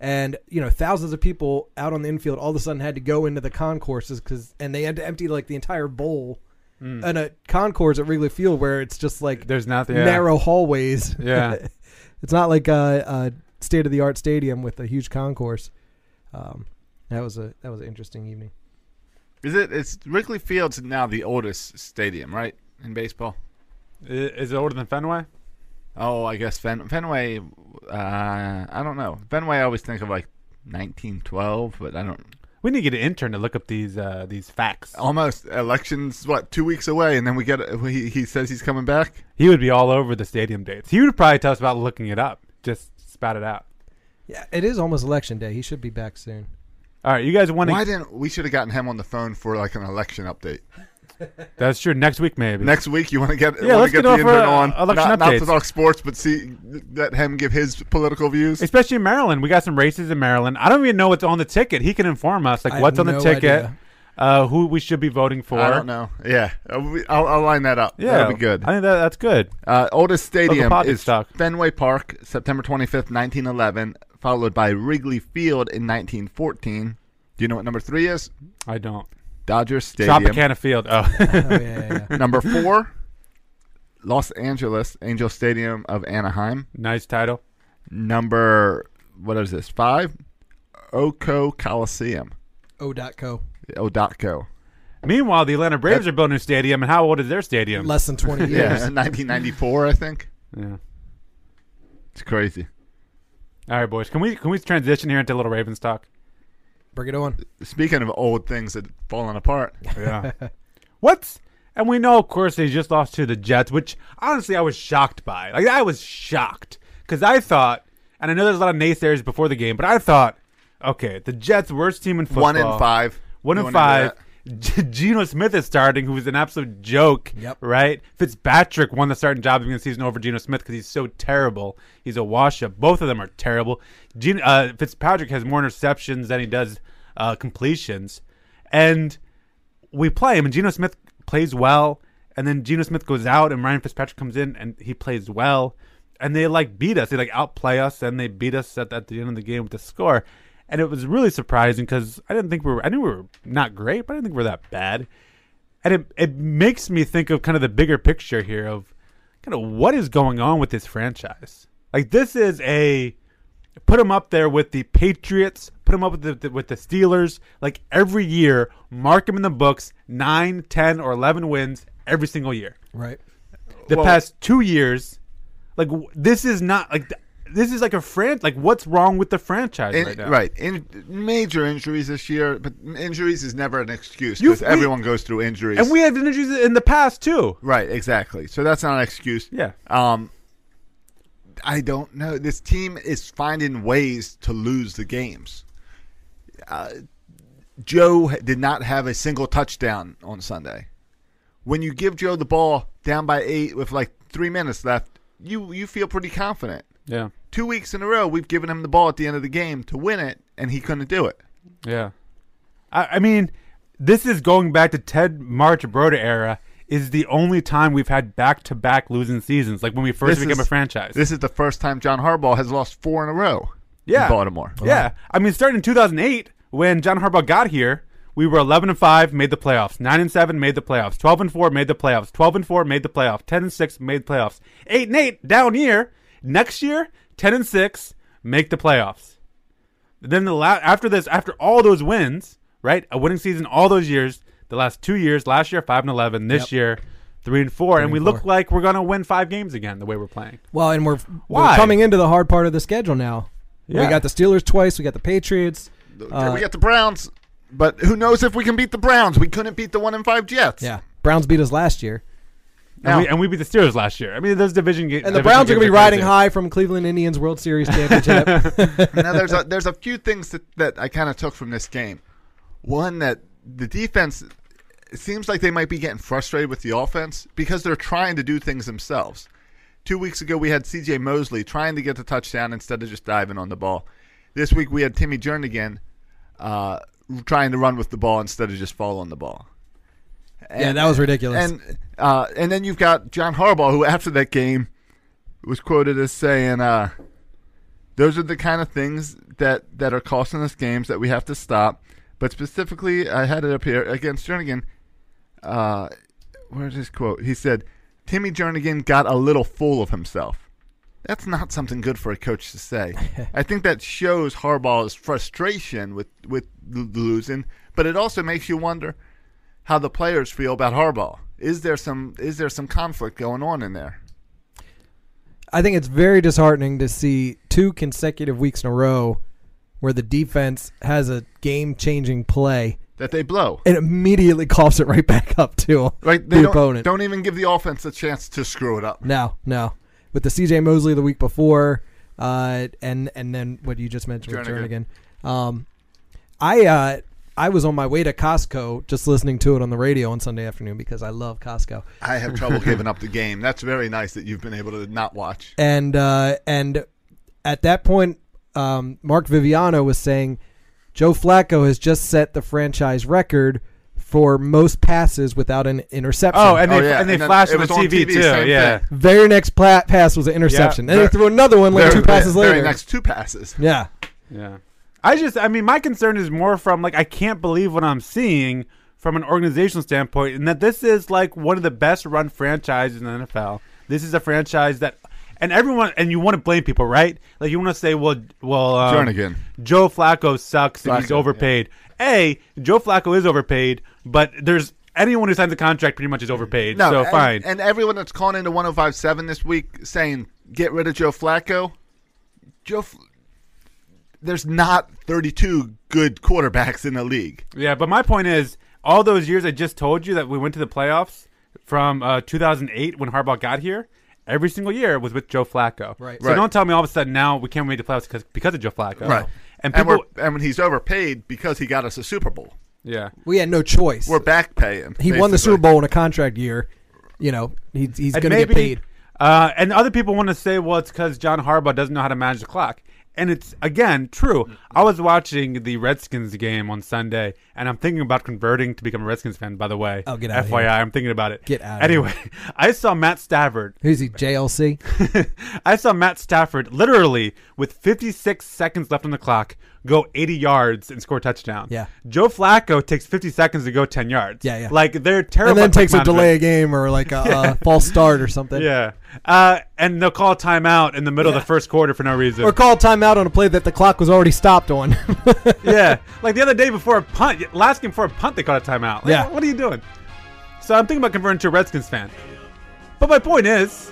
Speaker 6: and you know thousands of people out on the infield all of a sudden had to go into the concourses because and they had to empty like the entire bowl. And a concourse at Wrigley Field where it's just like
Speaker 4: Hmm. There's nothing yeah.
Speaker 6: narrow hallways.
Speaker 4: Yeah.
Speaker 6: it's not like a, a state of the art stadium with a huge concourse. Um, that was a that was an interesting evening.
Speaker 2: Is it? It's Wrigley Field's now the oldest stadium, right, in baseball.
Speaker 4: I- Is it older than Fenway?
Speaker 2: Oh, I guess Fen- Fenway. Uh, I don't know. Fenway, I always think of like 1912, but I don't.
Speaker 4: We need to get an intern to look up these uh, these facts.
Speaker 2: Almost elections. What two weeks away, and then we get. He, he says he's coming back.
Speaker 4: He would be all over the stadium dates. He would probably tell us about looking it up. Just spout it out.
Speaker 6: Yeah, it is almost election day. He should be back soon.
Speaker 4: All right, you guys want
Speaker 2: Why
Speaker 4: to?
Speaker 2: didn't we should have gotten him on the phone for like an election update
Speaker 4: That's true. Next week, maybe.
Speaker 2: next week? You want to get
Speaker 4: Yeah,
Speaker 2: want
Speaker 4: let's
Speaker 2: to get,
Speaker 4: get
Speaker 2: the
Speaker 4: over,
Speaker 2: intern
Speaker 4: uh,
Speaker 2: on
Speaker 4: election
Speaker 2: not, not to
Speaker 4: updates.
Speaker 2: talk sports, but see let him give his political views.
Speaker 4: Especially in Maryland, we got some races in Maryland. I don't even know what's on the ticket. He can inform us, like
Speaker 6: I have
Speaker 4: what's on the
Speaker 6: no
Speaker 4: ticket,
Speaker 6: idea.
Speaker 4: uh, who we should be voting for.
Speaker 2: I don't know. Yeah, Uh, we- I'll, I'll line that up.
Speaker 4: Yeah,
Speaker 2: that'll be good.
Speaker 4: I think that, that's good.
Speaker 2: Uh, oldest stadium
Speaker 4: pocket
Speaker 2: is
Speaker 4: stock.
Speaker 2: Fenway Park, September 25th, 1911, followed by Wrigley Field in 1914. Do you know what number three is?
Speaker 4: I don't.
Speaker 2: Dodger Stadium.
Speaker 4: Tropicana Field. Oh,
Speaker 6: Oh yeah, yeah, yeah.
Speaker 2: Number four, Los Angeles, Angel Stadium of Anaheim.
Speaker 4: nice title.
Speaker 2: Number, what is this, five? Oco Coliseum,
Speaker 6: O.co.
Speaker 2: Odotco.
Speaker 4: Meanwhile, the Atlanta Braves are building a stadium, and how old is their stadium?
Speaker 6: Less than twenty
Speaker 2: Yeah,
Speaker 6: years.
Speaker 2: 1994, I think.
Speaker 4: yeah.
Speaker 2: It's crazy.
Speaker 4: All right, boys. Can we can we transition here into a little Ravens talk?
Speaker 6: Bring it on.
Speaker 2: Speaking of old things that falling apart,
Speaker 4: Yeah. What's and we know, of course, they just lost to the Jets, which honestly I was shocked by. Like I was shocked because I thought, and I know there's a lot of naysayers before the game, but I thought, okay, the Jets' worst team in football,
Speaker 2: one in five.
Speaker 4: one
Speaker 2: You
Speaker 4: in
Speaker 2: wanna do
Speaker 4: five.
Speaker 2: that?
Speaker 4: G- Geno Smith is starting, who was an absolute joke.
Speaker 6: Yep.
Speaker 4: Right. Fitzpatrick won the starting job in the season over Geno Smith because he's so terrible. He's a wash up. Both of them are terrible. Geno, uh, Fitzpatrick has more interceptions than he does uh, completions, and we play him, and Geno Smith plays well, and then Geno Smith goes out, and Ryan Fitzpatrick comes in, and he plays well, and they like beat us, they like outplay us, and they beat us at, at the end of the game with the score, and it was really surprising because I didn't think we were, I knew we were not great, but I didn't think we were that bad, and it it makes me think of kind of the bigger picture here of kind of what is going on with this franchise. Like this is a put them up there with the Patriots, put them up with the, the- with the Steelers. Like every year, mark them in the books, 9, 10, or 11 wins every single year.
Speaker 6: Right.
Speaker 4: The
Speaker 2: Well-
Speaker 4: past 2 years, like w- this is not like th- this is like a franchise. Like what's wrong with the franchise
Speaker 2: In-
Speaker 4: right
Speaker 2: right.
Speaker 4: now?
Speaker 2: In, major injuries this year, but injuries is never an excuse
Speaker 4: You-
Speaker 2: because
Speaker 4: we-
Speaker 2: everyone goes through injuries.
Speaker 4: And we had injuries in the past too.
Speaker 2: right, exactly. So that's not an excuse.
Speaker 4: Yeah.
Speaker 2: Um, I don't know. This team is finding ways to lose the games. Uh, Joe did not have a single touchdown on Sunday. When you give Joe the ball down by eight with like three minutes left, you you feel pretty confident.
Speaker 4: Yeah.
Speaker 2: Two weeks in a row, we've given him the ball at the end of the game to win it, and he couldn't do it.
Speaker 4: Yeah. I, I mean, this is going back to Ted Marchbroda era. Is the only time we've had back to back losing seasons, like when we first
Speaker 2: This
Speaker 4: became
Speaker 2: is-
Speaker 4: a franchise.
Speaker 2: This is the first time John Harbaugh has lost four in a row.
Speaker 4: yeah,
Speaker 2: in Baltimore.
Speaker 4: Yeah, I mean, starting in 2008 when John Harbaugh got here, we were 11 and five, made the playoffs. Nine and seven, made the playoffs. 12 and four, made the playoffs. 12 and four, made the playoffs. 10 and six, made the playoffs. Eight and eight, down year. Next year, 10 and six, make the playoffs. Then the la- after this, after all those wins, right, a winning season all those years, the last two years, last year five and eleven, this year three and four, and we look like we're gonna win five games again the way we're playing.
Speaker 6: Well, and we're, we're
Speaker 4: Why?
Speaker 6: coming into the hard part of the schedule now. We
Speaker 4: Yeah.
Speaker 6: got the Steelers twice. We got the Patriots. Uh,
Speaker 2: we got the Browns, but who knows if we can beat the Browns? We couldn't beat the one in five Jets.
Speaker 6: Yeah, Browns beat us last year,
Speaker 2: Now-
Speaker 4: and, we, and we beat the Steelers last year. I mean, those division games.
Speaker 6: and the Browns are going to be riding high from Cleveland Indians World Series championship.
Speaker 2: now there's a, there's a few things that, that I kind of took from this game. One that the defense it seems like they might be getting frustrated with the offense because they're trying to do things themselves. Two weeks ago we had C.J. Mosley trying to get the touchdown instead of just diving on the ball. This week we had Timmy Jernigan uh, trying to run with the ball instead of just fall on the ball.
Speaker 6: yeah, that was ridiculous.
Speaker 2: And uh, and then you've got John Harbaugh, who after that game was quoted as saying, uh, "Those are the kind of things that that are costing us games that we have to stop." But specifically, I had it up here against Jernigan. Uh, where's his quote? He said, "Timmy Jernigan got a little full of himself." That's not something good for a coach to say. I think that shows Harbaugh's frustration with with l- losing, but it also makes you wonder how the players feel about Harbaugh. Is there some is there some conflict going on in there?
Speaker 6: I think it's very disheartening to see two consecutive weeks in a row where the defense has a game-changing play
Speaker 2: That they blow.
Speaker 6: and immediately coughs it right back up to
Speaker 2: Right? They
Speaker 6: the
Speaker 2: don't,
Speaker 6: opponent.
Speaker 2: don't even give the offense a chance to screw it up.
Speaker 6: No, no. With the CJ Mosley the week before, uh, and and then what you just mentioned with
Speaker 2: Jernigan.
Speaker 6: Jernigan. Um, I uh, I was on my way to Costco just listening to it on the radio on Sunday afternoon because I love Costco.
Speaker 2: I have trouble giving up the game. That's very nice that you've been able to not watch.
Speaker 6: And uh, and at that point, um, Mark Viviano was saying Joe Flacco has just set the franchise record for most passes without an interception.
Speaker 4: Oh, and they
Speaker 2: Oh, yeah.
Speaker 4: and they
Speaker 2: And then
Speaker 4: flashed
Speaker 2: it
Speaker 4: on
Speaker 2: was on
Speaker 4: TV,
Speaker 2: TV,
Speaker 4: too.
Speaker 2: same
Speaker 4: Yeah.
Speaker 2: thing.
Speaker 6: very next pla- pass was an interception. and
Speaker 2: Very-
Speaker 6: they threw another one like two passes
Speaker 2: very
Speaker 6: later.
Speaker 2: next two passes.
Speaker 6: yeah.
Speaker 4: Yeah. I just, I mean, my concern is more from like, I can't believe what I'm seeing from an organizational standpoint, and that this is like one of the best run franchises in the NFL. This is a franchise that, and everyone, and you want to blame people, right? Like, you want to say, well, well, um,
Speaker 2: Jernigan.
Speaker 4: Joe Flacco sucks and he's
Speaker 2: Flacco,
Speaker 4: overpaid. A, Joe Flacco is overpaid, but there's anyone who signs a contract pretty much is overpaid. so
Speaker 2: Mm-hmm. and,
Speaker 4: fine.
Speaker 2: And everyone that's calling into 1057 this week saying, get rid of Joe Flacco. Joe, F- there's not 32 good quarterbacks in the league.
Speaker 4: Yeah, but my point is, all those years I just told you that we went to the playoffs from uh, 2008 when Harbaugh got here, every single year was with Joe Flacco.
Speaker 6: Right.
Speaker 4: So
Speaker 2: Right.
Speaker 4: don't tell me all of a sudden now we can't make the playoffs because because of Joe Flacco.
Speaker 2: Right.
Speaker 4: And
Speaker 2: and
Speaker 4: people,
Speaker 2: we're and when he's overpaid because he got us a Super Bowl.
Speaker 4: yeah,
Speaker 6: We had no choice.
Speaker 2: We're back paying.
Speaker 6: he won the
Speaker 2: basically.
Speaker 6: Super Bowl in a contract year. You know, he's, he's
Speaker 4: and
Speaker 6: going to get paid.
Speaker 4: Uh, and other people want to say, well, it's because John Harbaugh doesn't know how to manage the clock. And it's, again, true. I was watching the Redskins game on Sunday, and I'm thinking about converting to become a Redskins fan, by the way.
Speaker 6: Oh, get outta
Speaker 4: FYI,
Speaker 6: here.
Speaker 4: I'm thinking about it.
Speaker 6: Get outta
Speaker 4: Anyway, I saw Matt Stafford
Speaker 6: Who's he? JLC.
Speaker 4: I saw Matt Stafford literally with 56 seconds left on the clock go 80 yards and score a touchdown.
Speaker 6: Yeah.
Speaker 4: Joe Flacco takes 50 seconds to go 10 yards.
Speaker 6: Yeah, yeah.
Speaker 4: Like they're terrible.
Speaker 6: and then
Speaker 4: at clock
Speaker 6: takes a
Speaker 4: management.
Speaker 6: delay game or like a, uh false start or something.
Speaker 4: Yeah. Uh, and they'll call a timeout in the middle of the first quarter for no reason.
Speaker 6: Or call timeout on a play that the clock was already stopped on.
Speaker 4: yeah. Like the other day before a punt, last game before a punt, they called a timeout. Like,
Speaker 6: Yeah.
Speaker 4: What are you doing? So I'm thinking about converting to a Redskins fan. But my point is.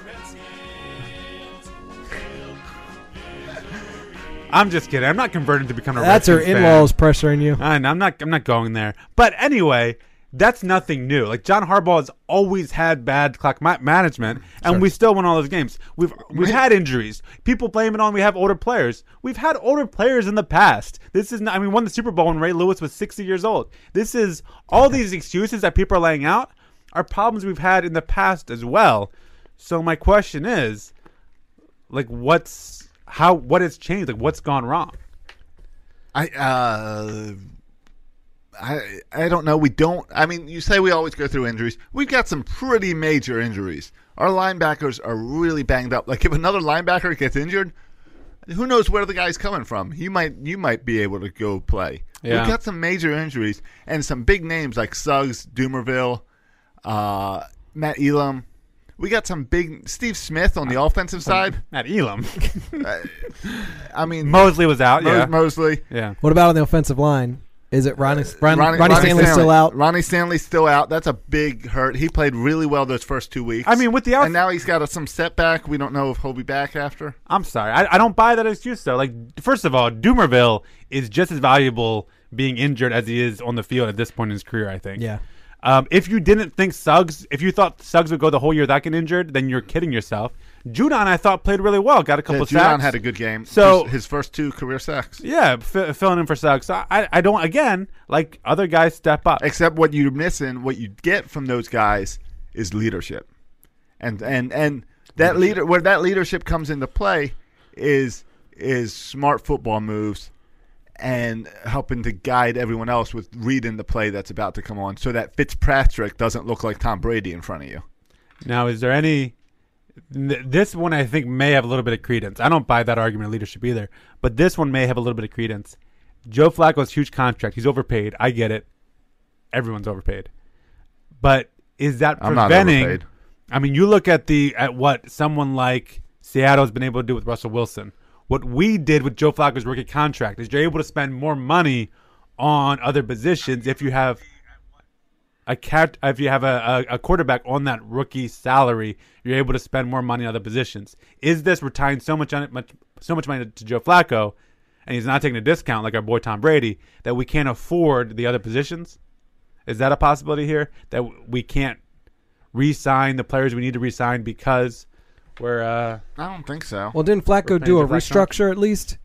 Speaker 4: I'm just kidding. I'm not converting to become a
Speaker 6: That's her
Speaker 4: Redskins
Speaker 6: in
Speaker 4: fan.
Speaker 6: laws pressuring you.
Speaker 4: I know, I'm not. I'm not going there. But anyway, that's nothing new. Like John Harbaugh has always had bad clock ma- management, and we still won all those games. We've we've had injuries. People blame it on we have older players. We've had older players in the past. This is not. I mean, we won the Super Bowl when Ray Lewis was sixty years old. This is all these excuses that people are laying out are problems we've had in the past as well. So my question is, like, what's how what has changed? Like, what's gone wrong?
Speaker 2: I uh, I I don't know. We don't. I mean, you say we always go through injuries. We've got some pretty major injuries. Our linebackers are really banged up. Like if another linebacker gets injured, who knows where the guy's coming from? You might you might be able to go play.
Speaker 4: Yeah.
Speaker 2: We've got some major injuries and some big names like Suggs, Doomerville, uh, Matt Elam. We got some big Steve Smith on the offensive side.
Speaker 4: At Elam,
Speaker 2: I mean,
Speaker 4: Mosley was out.
Speaker 2: Mos-
Speaker 4: yeah.
Speaker 2: Mosley.
Speaker 4: yeah.
Speaker 6: What about on the offensive line? Is it Ronnie, Ron, Ronnie, Stanley still out?
Speaker 2: Ronnie Stanley's still out. That's a big hurt. He played really well those first two weeks.
Speaker 4: I mean, with the outs-
Speaker 2: and now he's got a, some setback. We don't know if he'll be back after.
Speaker 4: I'm sorry. I, I don't buy that excuse though. Like, first of all, Doomerville is just as valuable being injured as he is on the field at this point in his career. I think.
Speaker 6: Yeah.
Speaker 4: Um, if you didn't think Suggs, if you thought Suggs would go the whole year without getting injured, then you're kidding yourself. Judon, I thought played really well. Got a couple
Speaker 2: Yeah,
Speaker 4: sacks.
Speaker 2: Judon had a good game.
Speaker 4: So-
Speaker 2: his, his first two career sacks.
Speaker 4: Yeah, f- filling in for Suggs. I, I I don't. Again, like other guys, step up.
Speaker 2: Except what you're missing, what you get from those guys is leadership, and and and that leader where that leadership comes into play is is smart football moves and helping to guide everyone else with reading the play that's about to come on, so that Fitzpatrick doesn't look like Tom Brady in front of you.
Speaker 4: Now, is there any? th- This one I think may have a little bit of credence. I don't buy that argument of leadership either, but this one may have a little bit of credence. Joe Flacco's huge contract. He's overpaid. I get it. Everyone's overpaid. But is that
Speaker 2: I'm not
Speaker 4: preventing?
Speaker 2: overpaid.
Speaker 4: I mean, you look at the at what someone like Seattle's been able to do with Russell Wilson. What we did with Joe Flacco's rookie contract is you're able to spend more money on other positions if you have a cat if you have a, a, a quarterback on that rookie salary, you're able to spend more money on other positions. Is this we're tying so much on it much so much money to Joe Flacco and he's not taking a discount like our boy Tom Brady that we can't afford the other positions? Is that a possibility here that we can't re-sign the players we need to re-sign because we're uh
Speaker 2: I don't think so.
Speaker 6: Well, didn't Flacco
Speaker 4: paying
Speaker 6: do a
Speaker 4: Joe Flacco.
Speaker 6: restructure at least,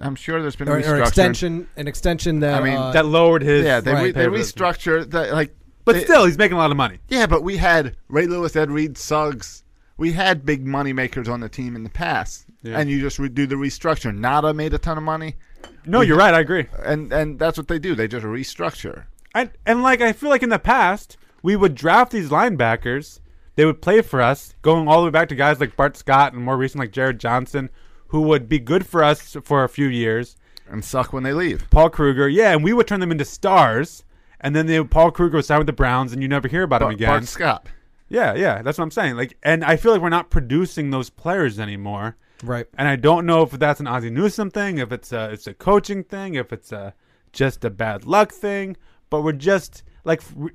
Speaker 2: I'm sure there's been
Speaker 6: or, or
Speaker 2: restructuring.
Speaker 6: extension? An extension that.
Speaker 2: I mean,
Speaker 6: uh,
Speaker 4: that lowered his
Speaker 2: Yeah, they, re-
Speaker 4: pay
Speaker 2: they
Speaker 4: for this.
Speaker 2: restructured the, like.
Speaker 4: But
Speaker 2: they-
Speaker 4: still he's making a lot of money.
Speaker 2: yeah, but we had Ray Lewis, Ed Reed, Suggs. We had big money makers on the team in the past,
Speaker 4: Yeah.
Speaker 2: and you just re- do the restructure. Nada made a ton of money,
Speaker 4: No, you're right, I agree.
Speaker 2: and and that's what they do. They just restructure.
Speaker 4: I, and like I feel like in the past we would draft these linebackers. They would play for us, going all the way back to guys like Bart Scott and more recent like Jared Johnson, who would be good for us for a few years.
Speaker 2: and suck when they leave.
Speaker 4: Paul Kruger, yeah, and we would turn them into stars. And then they, Paul Kruger would sign with the Browns, and you never hear about him
Speaker 2: But
Speaker 4: again.
Speaker 2: Bart Scott.
Speaker 4: Yeah, yeah, that's what I'm saying. Like, and I feel like we're not producing those players anymore.
Speaker 6: Right.
Speaker 4: And I don't know if that's an Ozzie Newsome thing, if it's a it's a coaching thing, if it's a just a bad luck thing. But we're just like r-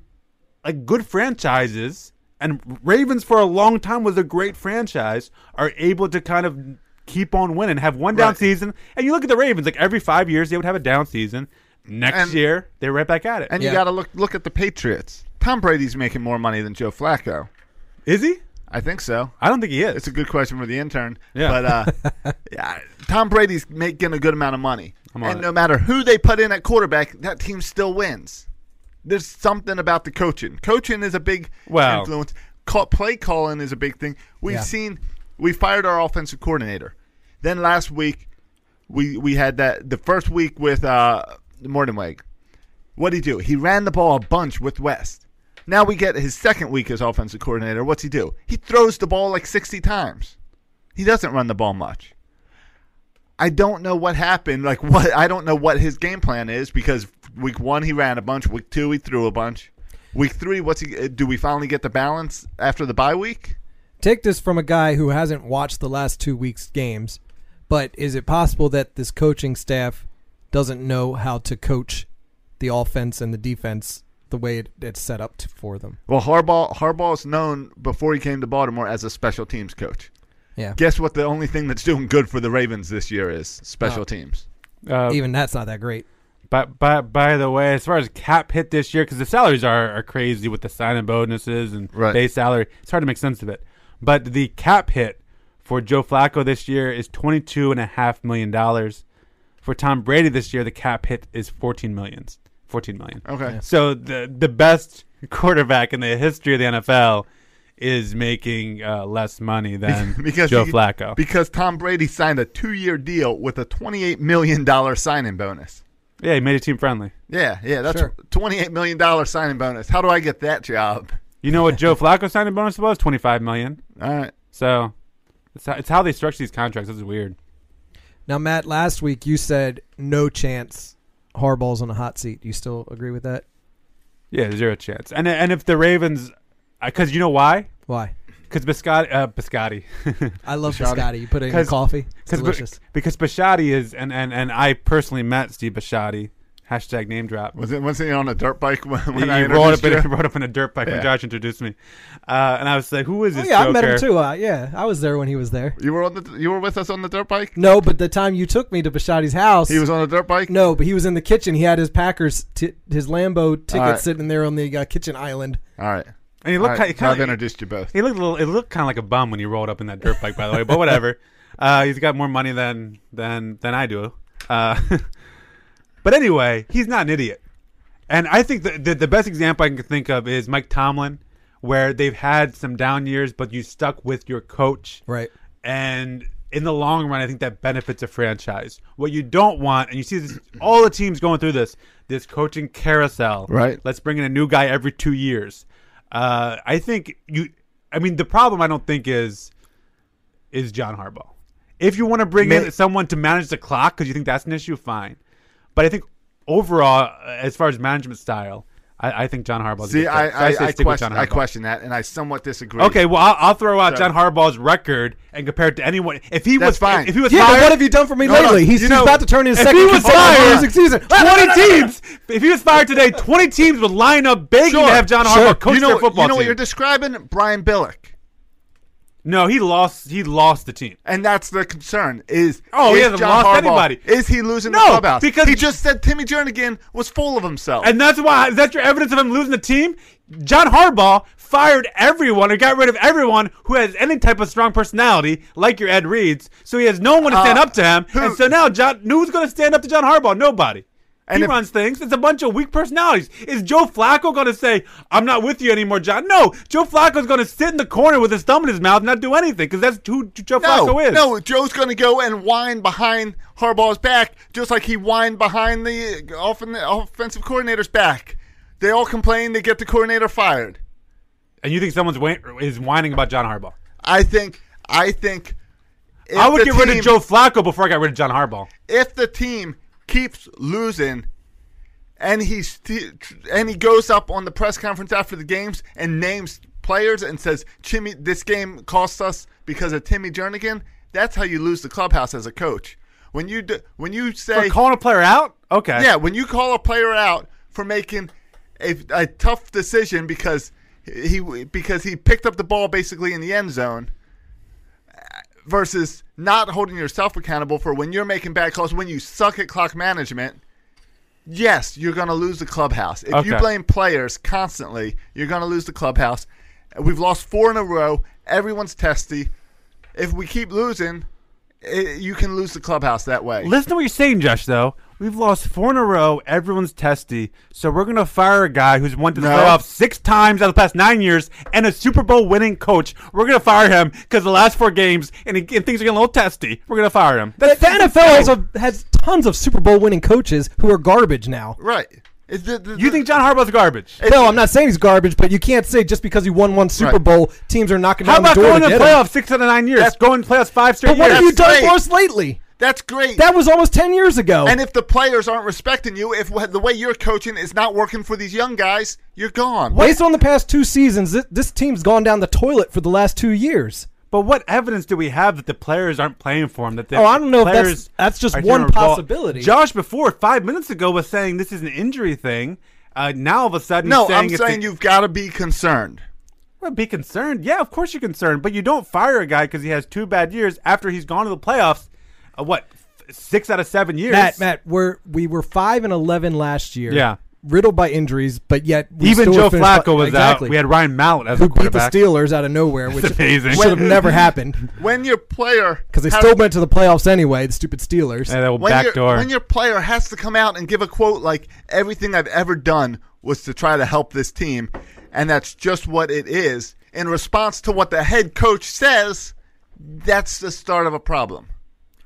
Speaker 4: like good franchises and Ravens for a long time was a great franchise are able to kind of keep on winning, have one down
Speaker 2: Right.
Speaker 4: season, and you look at the Ravens like every five years they would have a down season. Next
Speaker 2: And-
Speaker 4: year they're right back at it.
Speaker 2: And
Speaker 6: Yeah.
Speaker 2: you got to look look at the Patriots. Tom Brady's making more money than Joe Flacco.
Speaker 4: is he?
Speaker 2: I think so.
Speaker 4: I don't think he is.
Speaker 2: It's a good question for the intern.
Speaker 4: Yeah.
Speaker 2: But uh, yeah, Tom Brady's making a good amount of money,
Speaker 4: on
Speaker 2: and
Speaker 4: it.
Speaker 2: no matter who they put in at quarterback, that team still wins. There's something about the coaching. Coaching is a big
Speaker 4: Well-
Speaker 2: influence. Call, play calling is a big thing. We've
Speaker 6: Yeah.
Speaker 2: seen we fired our offensive coordinator. Then last week, we we had that the first week with uh, Mordenweg. What did he do? He ran the ball a bunch with West. Now we get his second week as offensive coordinator. What's he do? He throws the ball like 60 times. He doesn't run the ball much. I don't know what happened. Like what? I don't know what his game plan is because week one he ran a bunch. Week two he threw a bunch. Week three, what's he? uh, Do we finally get the balance after the bye week?
Speaker 6: take this from a guy who hasn't watched the last two weeks' games, but is it possible that this coaching staff doesn't know how to coach the offense and the defense the way it, it's set up to, for them?
Speaker 2: Well, Harbaugh Harbaugh is known before he came to Baltimore as a special teams coach.
Speaker 6: Yeah,
Speaker 2: Guess what? The only thing that's doing good for the Ravens this year is special
Speaker 6: Oh.
Speaker 2: teams.
Speaker 4: Uh,
Speaker 6: even that's not that great.
Speaker 4: But but by the way, as far as cap hit this year, because the salaries are, are crazy with the signing bonuses and
Speaker 2: Right.
Speaker 4: base salary, it's hard to make sense of it. But the cap hit for Joe Flacco this year is twenty two and a half million dollars. For Tom Brady this year, the cap hit is fourteen millions. Fourteen million.
Speaker 2: Okay. Oh, Yeah.
Speaker 4: So the the best quarterback in the history of the NFL is making uh, less money than
Speaker 2: because
Speaker 4: Joe
Speaker 2: he-
Speaker 4: Flacco.
Speaker 2: Because Tom Brady signed a two-year deal with a twenty-eight million dollar signing bonus.
Speaker 4: yeah, he made it team friendly.
Speaker 2: Yeah, yeah, that's
Speaker 6: Sure.
Speaker 2: twenty-eight million dollar signing bonus. How do I get that job?
Speaker 4: You know what Joe Flacco's signing bonus was? Twenty five million.
Speaker 2: All right.
Speaker 4: So it's how, it's how they structure these contracts. This is weird.
Speaker 6: Now, Matt, last week you said no chance Harbaugh's on a hot seat. Do you still agree with that?
Speaker 4: Yeah, zero chance. And and if the Ravens, because you know why?
Speaker 6: Why?
Speaker 4: Because Biscotti, uh, Biscotti,
Speaker 6: I love
Speaker 2: Biscotti.
Speaker 6: biscotti. You put it in your
Speaker 4: 'Cause-
Speaker 6: coffee. It's
Speaker 4: Cause,
Speaker 6: delicious.
Speaker 4: because Biscotti is, and, and, and I personally met Steve Biscotti. Hashtag name drop.
Speaker 2: Was it was he on a dirt bike when,
Speaker 4: He,
Speaker 2: when
Speaker 4: he
Speaker 2: I
Speaker 4: rolled up,
Speaker 2: introduced
Speaker 4: in, he
Speaker 2: you?
Speaker 4: rolled up in a dirt bike
Speaker 2: Yeah.
Speaker 4: when Josh introduced me, uh, and I was like, "Who is
Speaker 6: Oh,
Speaker 4: this?"
Speaker 6: yeah, I met him
Speaker 4: joker?
Speaker 6: too. Uh, yeah, I was there when he was there.
Speaker 2: You were on the you were with us on the dirt bike.
Speaker 6: No, but the time you took me to Bashotti's house,
Speaker 2: He was on a dirt bike.
Speaker 6: No, but he was in the kitchen. He had his Packers, t- his Lambo ticket
Speaker 2: All right.
Speaker 6: sitting there on the uh, kitchen island.
Speaker 2: All right.
Speaker 4: And he
Speaker 2: All
Speaker 4: looked
Speaker 2: right.
Speaker 4: kind
Speaker 2: I've
Speaker 4: of
Speaker 2: introduced you both.
Speaker 4: He looked a little. It looked kind of like a bum when he rolled up in that dirt bike, by the way. But whatever. Uh, he's got more money than than than I do. Uh, but anyway, he's not an idiot. And I think the, the the best example I can think of is Mike Tomlin, where they've had some down years, but you stuck with your coach.
Speaker 6: Right.
Speaker 4: And in the long run, I think that benefits a franchise. What you don't want, and you see this, all the teams going through this, this coaching carousel.
Speaker 2: Right.
Speaker 4: Let's bring in a new guy every two years. Uh, I think you. I mean, the problem I don't think is is John Harbaugh. If you want to bring
Speaker 2: May-
Speaker 4: in someone to manage the clock because you think that's an issue, fine. But I think overall, uh, as far as management style, I, I think John Harbaugh.
Speaker 2: See, I I, I,
Speaker 4: stick with
Speaker 2: question
Speaker 4: John
Speaker 2: I
Speaker 4: Harbaugh.
Speaker 2: question that, and I somewhat disagree.
Speaker 4: Okay, well, I'll, I'll throw out
Speaker 2: So-
Speaker 4: John Harbaugh's record and compare it to anyone. If he
Speaker 2: That's
Speaker 4: was
Speaker 2: fine.
Speaker 4: If he was
Speaker 6: Yeah, but
Speaker 4: fired,
Speaker 6: what have you done for me
Speaker 2: No, no,
Speaker 6: lately? he's
Speaker 4: you
Speaker 6: he's
Speaker 4: know,
Speaker 6: about to turn his
Speaker 4: if
Speaker 6: second
Speaker 4: he was
Speaker 6: consecutive
Speaker 4: fired-
Speaker 6: losing season.
Speaker 4: Twenty teams. If he was fired today, twenty teams would line up begging to have John Harbaugh coach
Speaker 2: you know,
Speaker 4: their football
Speaker 2: you know what
Speaker 4: team.
Speaker 2: you're describing, Brian Billick,
Speaker 4: no, he lost. He lost the team.
Speaker 2: and that's the concern. Is
Speaker 4: Oh, he
Speaker 2: is
Speaker 4: hasn't
Speaker 2: John
Speaker 4: lost
Speaker 2: Harbaugh-
Speaker 4: anybody.
Speaker 2: Is he losing
Speaker 4: No,
Speaker 2: the clubhouse?
Speaker 4: because-
Speaker 2: he just said Timmy Jernigan was full of himself.
Speaker 4: And that's why is that your evidence of him losing the team? John Harbaugh fired everyone or got rid of everyone who has any type of strong personality, like your Ed Reed's. So he has no one to stand
Speaker 2: Uh,
Speaker 4: up to him.
Speaker 2: who-
Speaker 4: and so now John who's gonna stand up to John Harbaugh? Nobody.
Speaker 2: And
Speaker 4: he
Speaker 2: if-
Speaker 4: runs things. It's a bunch of weak personalities. Is Joe Flacco going to say, I'm not with you anymore, John? No. Joe Flacco's going to sit in the corner with his thumb in his mouth and not do anything because that's who Joe
Speaker 2: no,
Speaker 4: Flacco is.
Speaker 2: no, Joe's going to go and whine behind Harbaugh's back, just like he whined behind the, often the offensive coordinator's back. They all complain they get the coordinator fired.
Speaker 4: And you think someone's wa- is whining about John Harbaugh?
Speaker 2: I think, I think, if
Speaker 4: I would
Speaker 2: the
Speaker 4: get rid
Speaker 2: team-
Speaker 4: of Joe Flacco before I got rid of John Harbaugh.
Speaker 2: if the team keeps losing and he st- and he goes up on the press conference after the games and names players and says, "Jimmy, this game cost us because of Timmy Jernigan." That's how you lose the clubhouse as a coach. When you d when you
Speaker 4: For
Speaker 2: say
Speaker 4: calling a player out? Okay.
Speaker 2: yeah, when you call a player out for making a, a tough decision because he because he picked up the ball basically in the end zone versus not holding yourself accountable for when you're making bad calls when you suck at clock management. Yes, you're going to lose the clubhouse. If you
Speaker 4: Okay.
Speaker 2: blame players constantly, you're going to lose the clubhouse. We've lost four in a row. Everyone's testy. If we keep losing, it, you can lose the clubhouse that way.
Speaker 4: Listen to what you're saying, Josh, though. We've lost four in a row. Everyone's testy. So we're going to fire a guy who's won to the
Speaker 2: No.
Speaker 4: playoffs six times out of the past nine years and a Super Bowl winning coach. We're going to fire him because the last four games and, he, and things are getting a little testy. We're going to fire him.
Speaker 6: The, the NFL has, a, has tons of Super Bowl winning coaches who are garbage now.
Speaker 2: Right. Is the- the-
Speaker 4: you think John Harbaugh's garbage?
Speaker 6: No, I'm not saying he's garbage, but you can't say just because he won one Super
Speaker 2: Right.
Speaker 6: Bowl, teams are knocking
Speaker 4: How
Speaker 6: down the
Speaker 4: about
Speaker 6: door
Speaker 4: going
Speaker 6: to
Speaker 4: to
Speaker 6: get
Speaker 4: the
Speaker 6: him.
Speaker 4: playoffs six out of nine years? going to playoffs five straight
Speaker 6: But what
Speaker 4: years?
Speaker 6: have you done
Speaker 2: great.
Speaker 6: for us lately?
Speaker 2: That's great.
Speaker 6: That was almost 10 years ago.
Speaker 2: and if the players aren't respecting you, if the way you're coaching is not working for these young guys, you're gone.
Speaker 6: Based on the past two seasons, this, this team's gone down the toilet for the last two years.
Speaker 4: But what evidence do we have that the players aren't playing for him? That the
Speaker 6: Oh, I don't know if that's-
Speaker 4: players
Speaker 6: that's just
Speaker 4: are
Speaker 6: one
Speaker 4: throwing a ball?
Speaker 6: possibility.
Speaker 4: Josh, before five minutes ago, was saying this is an injury thing. Uh, now all of a sudden,
Speaker 2: No,
Speaker 4: he's saying
Speaker 2: I'm
Speaker 4: it's a-
Speaker 2: saying you've got to be concerned.
Speaker 4: Well, be concerned. Yeah, of course you're concerned, but you don't fire a guy because he has two bad years after he's gone to the playoffs. Uh, what? f- six out of seven years.
Speaker 6: Matt, Matt, we're we were five and eleven last year.
Speaker 4: Yeah.
Speaker 6: riddled by injuries, but yet we
Speaker 4: Even
Speaker 6: still
Speaker 4: Joe
Speaker 6: finished
Speaker 4: Flacco
Speaker 6: fi-
Speaker 4: was
Speaker 6: exactly.
Speaker 4: out. We had Ryan Mallett as
Speaker 6: who
Speaker 4: a
Speaker 6: beat the
Speaker 4: quarterback.
Speaker 6: Steelers out of nowhere, which
Speaker 4: amazing.
Speaker 6: should have never happened
Speaker 2: When your player
Speaker 6: because they
Speaker 2: has-
Speaker 6: still went to the playoffs anyway. The stupid Steelers.
Speaker 4: And that old
Speaker 2: when
Speaker 4: back
Speaker 2: your,
Speaker 4: door.
Speaker 2: when your player has to come out and give a quote like everything I've ever done was to try to help this team, and that's just what it is in response to what the head coach says. That's the start of a problem.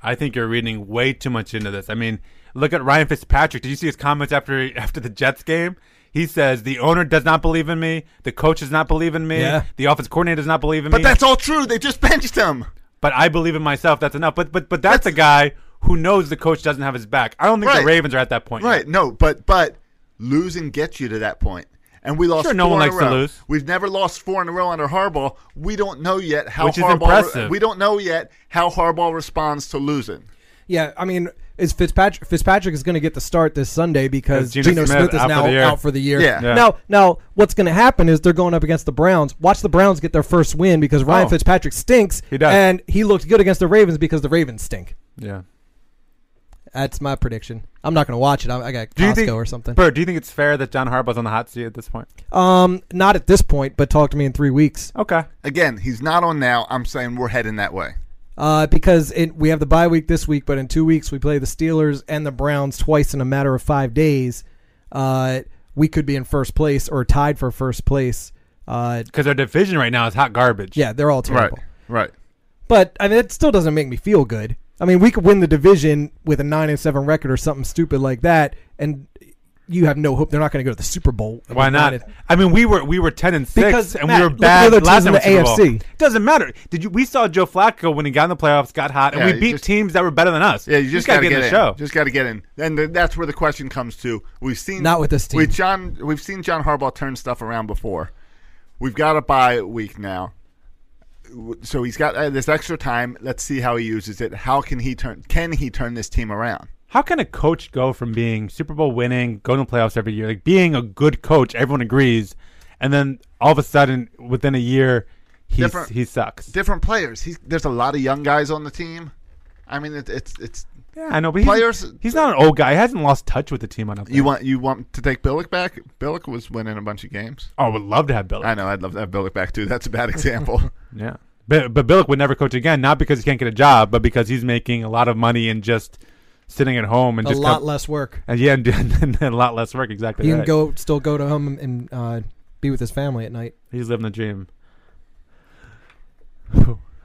Speaker 4: I think you're reading way too much into this. I mean, look at Ryan Fitzpatrick. Did you see his comments after after the Jets game? He says the owner does not believe in me, the coach does not believe in me,
Speaker 6: Yeah.
Speaker 4: the offense coordinator does not believe in
Speaker 2: But
Speaker 4: me.
Speaker 2: that's all true. They just benched him.
Speaker 4: but I believe in myself. That's enough. But but but that's, a guy who knows the coach doesn't have his back. I don't think
Speaker 2: Right.
Speaker 4: the Ravens are at that point. yet.
Speaker 2: Right. No, but but losing gets you to that point. And we lost
Speaker 4: Sure,
Speaker 2: four
Speaker 4: no one
Speaker 2: in
Speaker 4: likes
Speaker 2: a
Speaker 4: to
Speaker 2: row.
Speaker 4: lose.
Speaker 2: We've never lost four in a row under Harbaugh. We don't know yet how
Speaker 4: Which is
Speaker 2: Harbaugh
Speaker 4: impressive.
Speaker 2: we don't know yet how Harbaugh responds to losing.
Speaker 6: Yeah, I mean, is Fitzpatrick Fitzpatrick is going to get the start this Sunday because
Speaker 4: Geno
Speaker 6: Geno Smith,
Speaker 4: Smith
Speaker 6: is
Speaker 4: out for
Speaker 6: now
Speaker 4: the year.
Speaker 6: out for the year.
Speaker 2: Yeah. Yeah.
Speaker 6: Now, now what's going to happen is they're going up against the Browns. Watch the Browns get their first win because Ryan
Speaker 4: Oh.
Speaker 6: Fitzpatrick stinks.
Speaker 4: He does.
Speaker 6: and he looked good against the Ravens because the Ravens stink.
Speaker 4: Yeah.
Speaker 6: That's my prediction. I'm not going to watch it. I, I got
Speaker 4: Do you
Speaker 6: Costco
Speaker 4: think
Speaker 6: or something.
Speaker 4: Bert, do you think it's fair that John Harbaugh's on the hot seat at this point?
Speaker 6: um, not at this point, but talk to me in three weeks.
Speaker 4: Okay.
Speaker 2: Again, he's not on now. I'm saying we're heading that way.
Speaker 6: Uh, because it, we have the bye week this week, but in two weeks we play the Steelers and the Browns twice in a matter of five days. Uh, we could be in first place or tied for first place. Uh,
Speaker 4: Because our division right now is hot garbage.
Speaker 6: yeah, they're all terrible.
Speaker 2: Right.
Speaker 6: But I mean, it still doesn't make me feel good. I mean, we could win the division with a nine and seven record or something stupid like that, and you have no hope. They're not going to go to the Super Bowl.
Speaker 4: Why
Speaker 6: With
Speaker 4: not?
Speaker 6: nine and-
Speaker 4: I mean, we were we were ten and six,
Speaker 6: Because,
Speaker 4: and
Speaker 6: Matt,
Speaker 4: we were
Speaker 6: look at
Speaker 4: bad
Speaker 6: the other
Speaker 4: last
Speaker 6: teams in
Speaker 4: time Super
Speaker 6: the
Speaker 4: Bowl.
Speaker 6: AFC.
Speaker 4: Doesn't matter. Did you? We saw Joe Flacco when he got in the playoffs, got hot, and
Speaker 2: Yeah,
Speaker 4: we
Speaker 2: you
Speaker 4: beat
Speaker 2: just-
Speaker 4: teams that were better than us.
Speaker 2: Yeah, you just
Speaker 4: gotta
Speaker 2: got to get
Speaker 4: in
Speaker 2: in.
Speaker 4: the show.
Speaker 2: Just got to get in, and th- that's where the question comes to. We've seen
Speaker 6: Not with this team.
Speaker 2: We've John, we've seen John Harbaugh turn stuff around before. We've got a bye week now, W- so he's got uh, this extra time. Let's see how he uses it. How can he turn? Can he turn this team around?
Speaker 4: How can a coach go from being Super Bowl winning, going to playoffs every year, like being a good coach, everyone agrees, and then all of a sudden within a year, he
Speaker 2: Different-
Speaker 4: he sucks.
Speaker 2: Different players. He's, there's a lot of young guys on the team. I mean, it, it's it's
Speaker 4: yeah, I know, but he's,
Speaker 2: players-
Speaker 4: he's not an old guy. He hasn't lost touch with the team. I don't think.
Speaker 2: you want you want to take Billick back. Billick was winning a bunch of games.
Speaker 4: Oh, I would love to have Billick.
Speaker 2: I know. I'd love to have Billick back too. That's a bad example.
Speaker 4: Yeah. But, but Billick would never coach again, not because he can't get a job, but because he's making a lot of money and just sitting at home and
Speaker 6: a
Speaker 4: just
Speaker 6: lot
Speaker 4: come-
Speaker 6: less work.
Speaker 4: and yeah, and, and, a lot less work. Exactly.
Speaker 6: He can
Speaker 4: right.
Speaker 6: go still go to home and uh, be with his family at night.
Speaker 4: He's living the dream.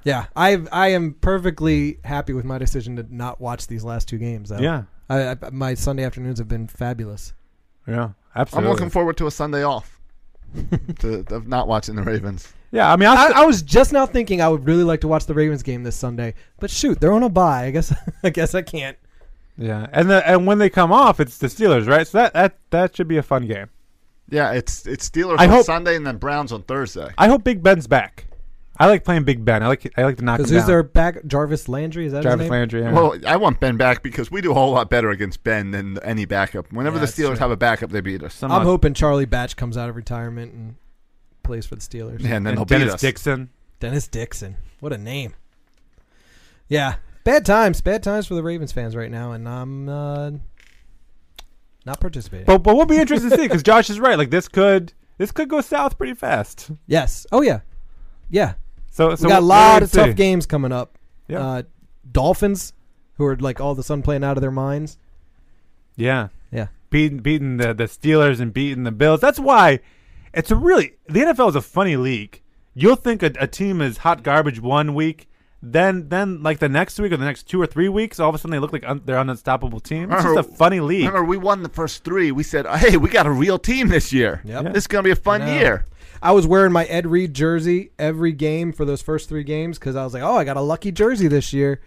Speaker 6: Yeah, I I am perfectly happy with my decision to not watch these last two games. Though.
Speaker 4: Yeah.
Speaker 6: I, I, my Sunday afternoons have been fabulous.
Speaker 4: Yeah.
Speaker 2: I'm
Speaker 4: Absolutely.
Speaker 2: looking forward to a Sunday off. to, of not watching the Ravens.
Speaker 4: Yeah. I mean, I,
Speaker 6: I, I was just now thinking I would really like to watch the Ravens game this Sunday, but shoot, they're on a bye. I guess I guess I can't.
Speaker 4: yeah. And the, and when they come off, it's the Steelers, right? So that that that should be a fun game.
Speaker 2: Yeah, it's it's Steelers
Speaker 4: I
Speaker 2: on
Speaker 4: hope-
Speaker 2: Sunday and then Browns on Thursday.
Speaker 4: I hope Big Ben's back. I like playing Big Ben. I like I like to knock him
Speaker 6: Because who's
Speaker 4: down.
Speaker 6: their back? Jarvis Landry is that his
Speaker 4: Jarvis
Speaker 6: name?
Speaker 4: Landry. Yeah.
Speaker 2: Well, I want Ben back because we do a whole lot better against Ben than any backup. Whenever
Speaker 6: Yeah,
Speaker 2: the
Speaker 6: that's
Speaker 2: Steelers
Speaker 6: true.
Speaker 2: have a backup, they beat us.
Speaker 4: Some
Speaker 6: I'm
Speaker 4: odd-
Speaker 6: hoping Charlie Batch comes out of retirement and plays for the Steelers.
Speaker 2: Yeah, and
Speaker 4: and
Speaker 2: then they'll beat
Speaker 4: Dennis
Speaker 2: us.
Speaker 4: Dixon.
Speaker 6: Dennis Dixon, what a name! Yeah, bad times, bad times for the Ravens fans right now, and I'm uh, not participating.
Speaker 4: But but we'll be interested to see because Josh is right. Like this could this could go south pretty fast.
Speaker 6: yes, oh yeah, yeah.
Speaker 4: So so
Speaker 6: we got a
Speaker 4: we'll-
Speaker 6: lot
Speaker 4: we'll
Speaker 6: of tough
Speaker 4: see.
Speaker 6: games coming up.
Speaker 4: Yeah.
Speaker 6: Uh, Dolphins, who are like all of a sudden playing out of their minds.
Speaker 4: Yeah.
Speaker 6: Yeah.
Speaker 4: Beating beating the, the Steelers and beating the Bills. That's why it's a really the NFL is a funny league. You'll think a, a team is hot garbage one week, then then like the next week or the next two or three weeks, all of a sudden they look like un, they're an unstoppable team. It's just a
Speaker 2: Remember-
Speaker 4: funny league.
Speaker 2: Remember, we won the first three. We said, "Hey, we got a real team this year.
Speaker 6: Yep.
Speaker 2: This is gonna be a fun
Speaker 6: I know.
Speaker 2: year."
Speaker 6: I was wearing my Ed Reed jersey every game for those first three games because I was like, oh, I got a lucky jersey this year.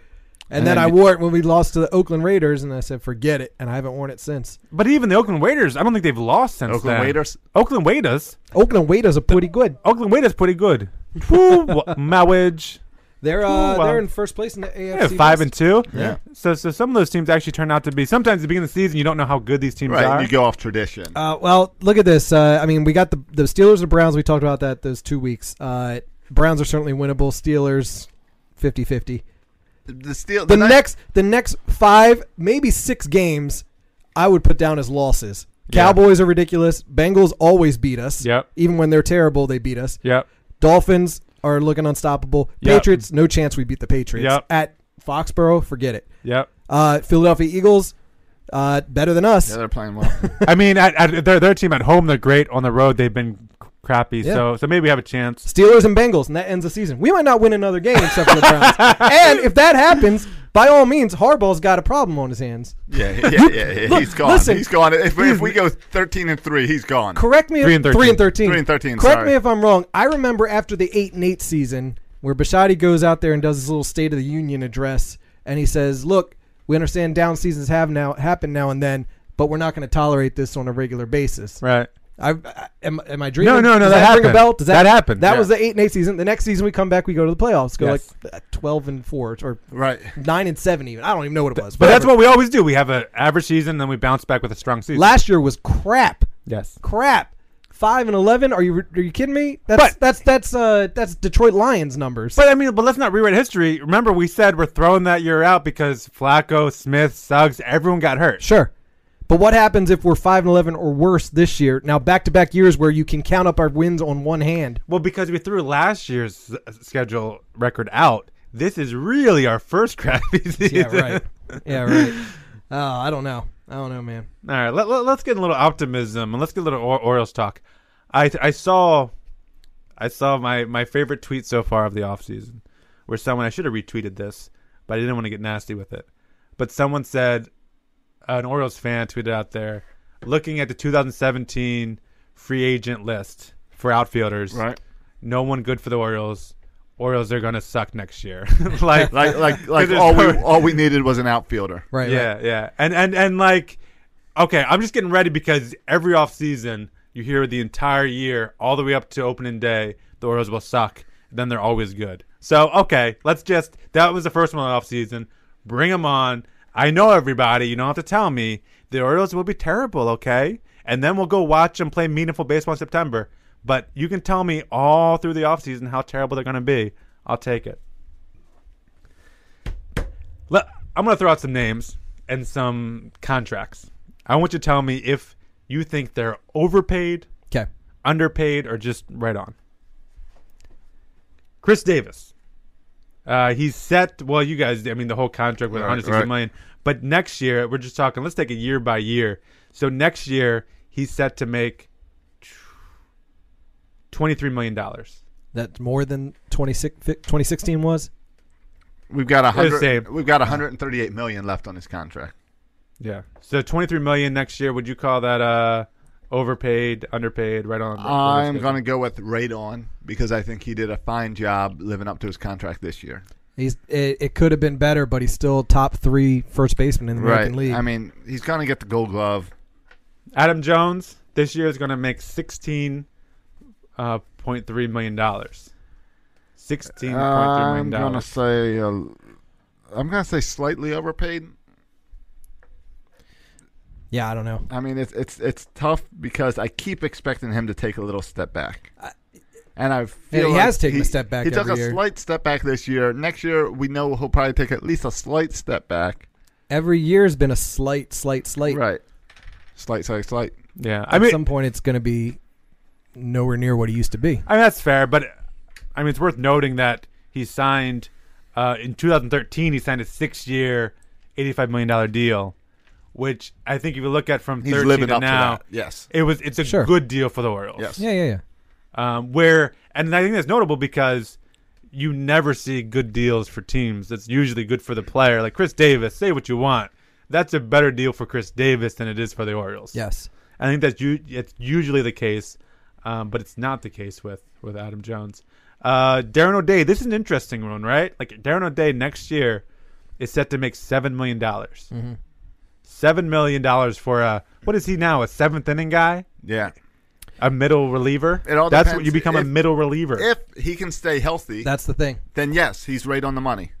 Speaker 6: And,
Speaker 2: And
Speaker 6: then,
Speaker 2: then
Speaker 6: I
Speaker 2: you-
Speaker 6: wore it when we lost to the Oakland Raiders, and I said, forget it. And I haven't worn it since.
Speaker 4: But even the Oakland Raiders, I don't think they've lost since
Speaker 2: Oakland
Speaker 4: then.
Speaker 2: Raiders?
Speaker 4: Oakland Raiders.
Speaker 6: Oakland Waiters are pretty good.
Speaker 4: Oakland Raiders pretty good. Woo, Mowage.
Speaker 6: They're uh,
Speaker 4: Ooh, wow.
Speaker 6: they're in first place in the AFC.
Speaker 4: Yeah, five
Speaker 6: West.
Speaker 4: and two.
Speaker 2: Yeah.
Speaker 4: So, so some of those teams actually turn out to be. Sometimes at the beginning of the season, you don't know how good these teams
Speaker 2: Right,
Speaker 4: are.
Speaker 2: and you go off tradition.
Speaker 6: Uh, well, look at this. Uh, I mean, we got the the Steelers and Browns. We talked about that those two weeks. Uh, Browns are certainly winnable. Steelers, 50-50.
Speaker 2: the Steel
Speaker 6: the next the next five maybe six games i would put down as losses
Speaker 4: Yeah.
Speaker 6: cowboys are ridiculous bengals always beat us
Speaker 4: Yep.
Speaker 6: even when they're terrible they beat us
Speaker 4: Yep.
Speaker 6: dolphins are looking unstoppable
Speaker 4: Yep.
Speaker 6: patriots no chance we beat the patriots
Speaker 4: Yep.
Speaker 6: at foxborough forget it
Speaker 4: Yep.
Speaker 6: uh, philadelphia eagles uh, better than us
Speaker 2: Yeah, they're playing well.
Speaker 4: I mean, at, at their their team at home, they're great. On the road, they've been crappy.
Speaker 6: Yeah.
Speaker 4: So so maybe we have a chance.
Speaker 6: Steelers and Bengals, and that ends the season. We might not win another game except for the Browns. and if that happens, by all means, Harbaugh's got a problem on his hands.
Speaker 2: yeah, yeah, yeah. yeah.
Speaker 6: Look,
Speaker 2: he's gone.
Speaker 6: listen.
Speaker 2: he's gone. If, if we go thirteen and three, he's gone.
Speaker 6: Correct me.
Speaker 4: Three
Speaker 6: if,
Speaker 4: and 13.
Speaker 6: Three and thirteen.
Speaker 2: Three and 13,
Speaker 6: Correct
Speaker 2: sorry.
Speaker 6: me if I'm wrong. I remember after the eight and eight season, where Bashadi goes out there and does his little State of the Union address, and he says, "Look, we understand down seasons have now happen now and then, but we're not going to tolerate this on a regular basis."
Speaker 4: Right.
Speaker 6: I, I am, am I dreaming?
Speaker 4: No, no, no,
Speaker 6: Does
Speaker 4: that
Speaker 6: Ring a
Speaker 4: happened.
Speaker 6: bell? Does that,
Speaker 4: That happened,
Speaker 6: That
Speaker 4: yeah.
Speaker 6: was the eight and eight season. The next season we come back, we go to the playoffs. Go
Speaker 4: Yes.
Speaker 6: like uh, twelve and four or
Speaker 2: Right.
Speaker 6: nine and seven. Even I don't even know what it was.
Speaker 4: But that's
Speaker 6: whatever.
Speaker 4: what we always do. We have an average season, then we bounce back with a strong season.
Speaker 6: last year was crap.
Speaker 4: yes.
Speaker 6: Crap. Five and eleven. Are you are you kidding me? That's
Speaker 4: But-
Speaker 6: that's that's uh that's Detroit Lions numbers.
Speaker 4: But I mean, but let's not rewrite history. Remember, we said we're throwing that year out because Flacco, Smith, Suggs, everyone got hurt.
Speaker 6: sure. But what happens if we're five and eleven or worse this year? Now back to back years where you can count up our wins on one hand.
Speaker 4: Well, because we threw last year's s- schedule record out, this is really our first crappy season.
Speaker 6: Yeah right. yeah right. Oh, I don't know. I don't know, man.
Speaker 4: All right, let, let, us get a little optimism and let's get a little or- Orioles talk. I I saw, I saw my my favorite tweet so far of the offseason, where someone I should have retweeted this, but I didn't want to get nasty with it. But someone said, an Orioles fan tweeted out there, looking at the 2017 free agent list for outfielders.
Speaker 2: Right.
Speaker 4: No one good for the Orioles. Orioles are gonna suck next year. like
Speaker 2: Like like like
Speaker 4: there's
Speaker 2: all we
Speaker 4: no-
Speaker 2: all we needed was an outfielder.
Speaker 6: Right.
Speaker 4: yeah, yeah. And and and like okay, I'm just getting ready because every offseason you hear the entire year all the way up to opening day, the Orioles will suck, then they're always good. So, okay, let's just that was the first one of the offseason. Bring them on. I know everybody, you don't have to tell me. The Orioles will be terrible, okay? And then we'll go watch them play meaningful baseball in September. But you can tell me all through the offseason how terrible they're going to be. I'll take it. Let, I'm going to throw out some names and some contracts. I want you to tell me if you think they're overpaid,
Speaker 6: Okay.
Speaker 4: underpaid, or just right on. Chris Davis. Uh, he's set. Well, you guys, I mean, the whole contract was
Speaker 2: Right,
Speaker 4: 160
Speaker 2: right.
Speaker 4: million. But next year, we're just talking. Let's take it year by year. So next year, he's set to make 23 million dollars.
Speaker 6: That's more than 26, 2016 was.
Speaker 2: We've got a
Speaker 4: same.
Speaker 2: hundred. We've got 138 million left on his contract.
Speaker 4: Yeah. So 23 million next year. Would you call that uh overpaid, underpaid, right on?
Speaker 2: I'm going to go with Radon because I think he did a fine job living up to his contract this year.
Speaker 6: He's it, it could have been better, but he's still top three first baseman in the American League.
Speaker 2: I mean, he's going to get the Gold Glove.
Speaker 4: Adam Jones this year is going to make 16 uh, point three million dollars. Sixteen point three million
Speaker 2: I'm going to
Speaker 4: dollars.
Speaker 2: say. Uh, I'm going to say slightly overpaid.
Speaker 6: yeah, I don't know.
Speaker 2: I mean, it's it's it's tough because I keep expecting him to take a little step back, and I feel
Speaker 6: he
Speaker 2: like
Speaker 6: has taken a step back
Speaker 2: He took
Speaker 6: every
Speaker 2: a
Speaker 6: year.
Speaker 2: slight step back this year. Next year, we know he'll probably take at least a slight step back.
Speaker 6: Every year's been a slight, slight, slight.
Speaker 2: Right, slight, slight, slight.
Speaker 4: Yeah,
Speaker 6: At
Speaker 4: I mean,
Speaker 6: some point, it's going to be nowhere near what he used to be.
Speaker 4: I mean that's fair, but I mean it's worth noting that he signed uh, in 2013. He signed a six-year, 85 million dollar deal, which I think if you look at from
Speaker 2: He's
Speaker 4: 13
Speaker 2: living
Speaker 4: to
Speaker 2: up to
Speaker 4: now,
Speaker 2: that. Yes.
Speaker 4: it was it's a
Speaker 6: Sure.
Speaker 4: good deal for the Orioles.
Speaker 2: Yes.
Speaker 6: Yeah, yeah, yeah.
Speaker 4: um, where and I think that's notable because you never see good deals for teams. That's usually good for the player. Like Chris Davis, say what you want. That's a better deal for Chris Davis than it is for the Orioles.
Speaker 6: Yes.
Speaker 4: I think that's u- it's usually the case, um, but it's not the case with with Adam Jones. Uh, Darren O'Day, this is an interesting one, right? Like Darren O'Day next year is set to make seven million dollars. Seven million dollars for a what is he now? A seventh inning guy,
Speaker 2: Yeah.
Speaker 4: a middle reliever.
Speaker 2: It all
Speaker 4: that's what
Speaker 2: depends
Speaker 4: you become
Speaker 2: if-
Speaker 4: a middle reliever.
Speaker 2: If he can stay healthy,
Speaker 6: That's the thing.
Speaker 2: then yes, he's right on the money.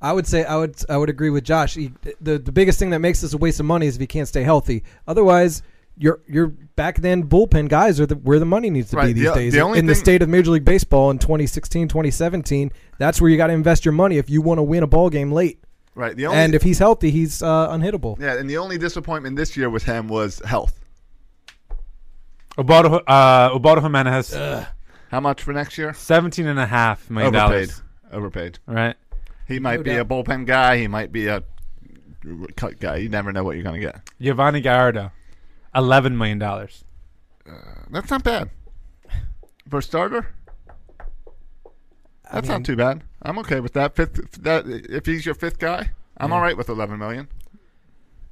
Speaker 6: I would say I would I would agree with Josh. He, the the biggest thing that makes this a waste of money is if he can't stay healthy. Otherwise, your your back then bullpen guys are the, where the money needs to
Speaker 2: Right,
Speaker 6: be these
Speaker 2: the-
Speaker 6: days.
Speaker 2: the only
Speaker 6: in the
Speaker 2: thing-
Speaker 6: state of Major League Baseball in 2016, 2017, that's where you got to invest your money if you want to win a ball game late.
Speaker 2: Right. The only
Speaker 6: And if he's healthy, he's uh, unhittable.
Speaker 2: yeah, and the only disappointment this year with him was health.
Speaker 4: Ubaldo, uh, Ubaldo Jimenez,
Speaker 2: How much for next year?
Speaker 4: seventeen and a half million
Speaker 2: Overpaid.
Speaker 4: dollars.
Speaker 2: Overpaid.
Speaker 4: All right.
Speaker 2: He might be a bullpen guy. He might be a cut guy. You never know what you're going to get.
Speaker 4: Giovanni Gallardo, eleven million dollars.
Speaker 2: That's not bad for a starter. That's not too bad. I'm okay with that. Fifth, that if he's your fifth guy, I'm all right with 11 million.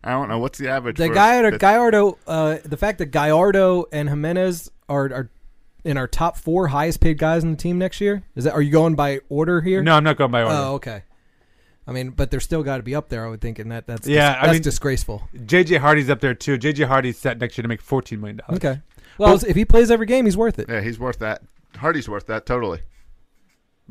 Speaker 2: I don't know what's the average.
Speaker 6: The
Speaker 2: for a
Speaker 6: Gallardo,
Speaker 2: fifth-
Speaker 6: Gallardo uh, the fact that Gallardo and Jimenez are, are in our top four highest paid guys in the team next year is that? Are you going by order here?
Speaker 4: No, I'm not going by order.
Speaker 6: Oh, okay. I mean, but they're still got to be up there. I would think, and that that's
Speaker 4: Yeah,
Speaker 6: dis-
Speaker 4: I
Speaker 6: that's
Speaker 4: mean-
Speaker 6: disgraceful.
Speaker 4: JJ Hardy's up there too. JJ Hardy's set next year to make fourteen million dollars.
Speaker 6: Okay. Well, if he plays every game, he's worth it.
Speaker 2: Yeah, he's worth that. Hardy's worth that totally.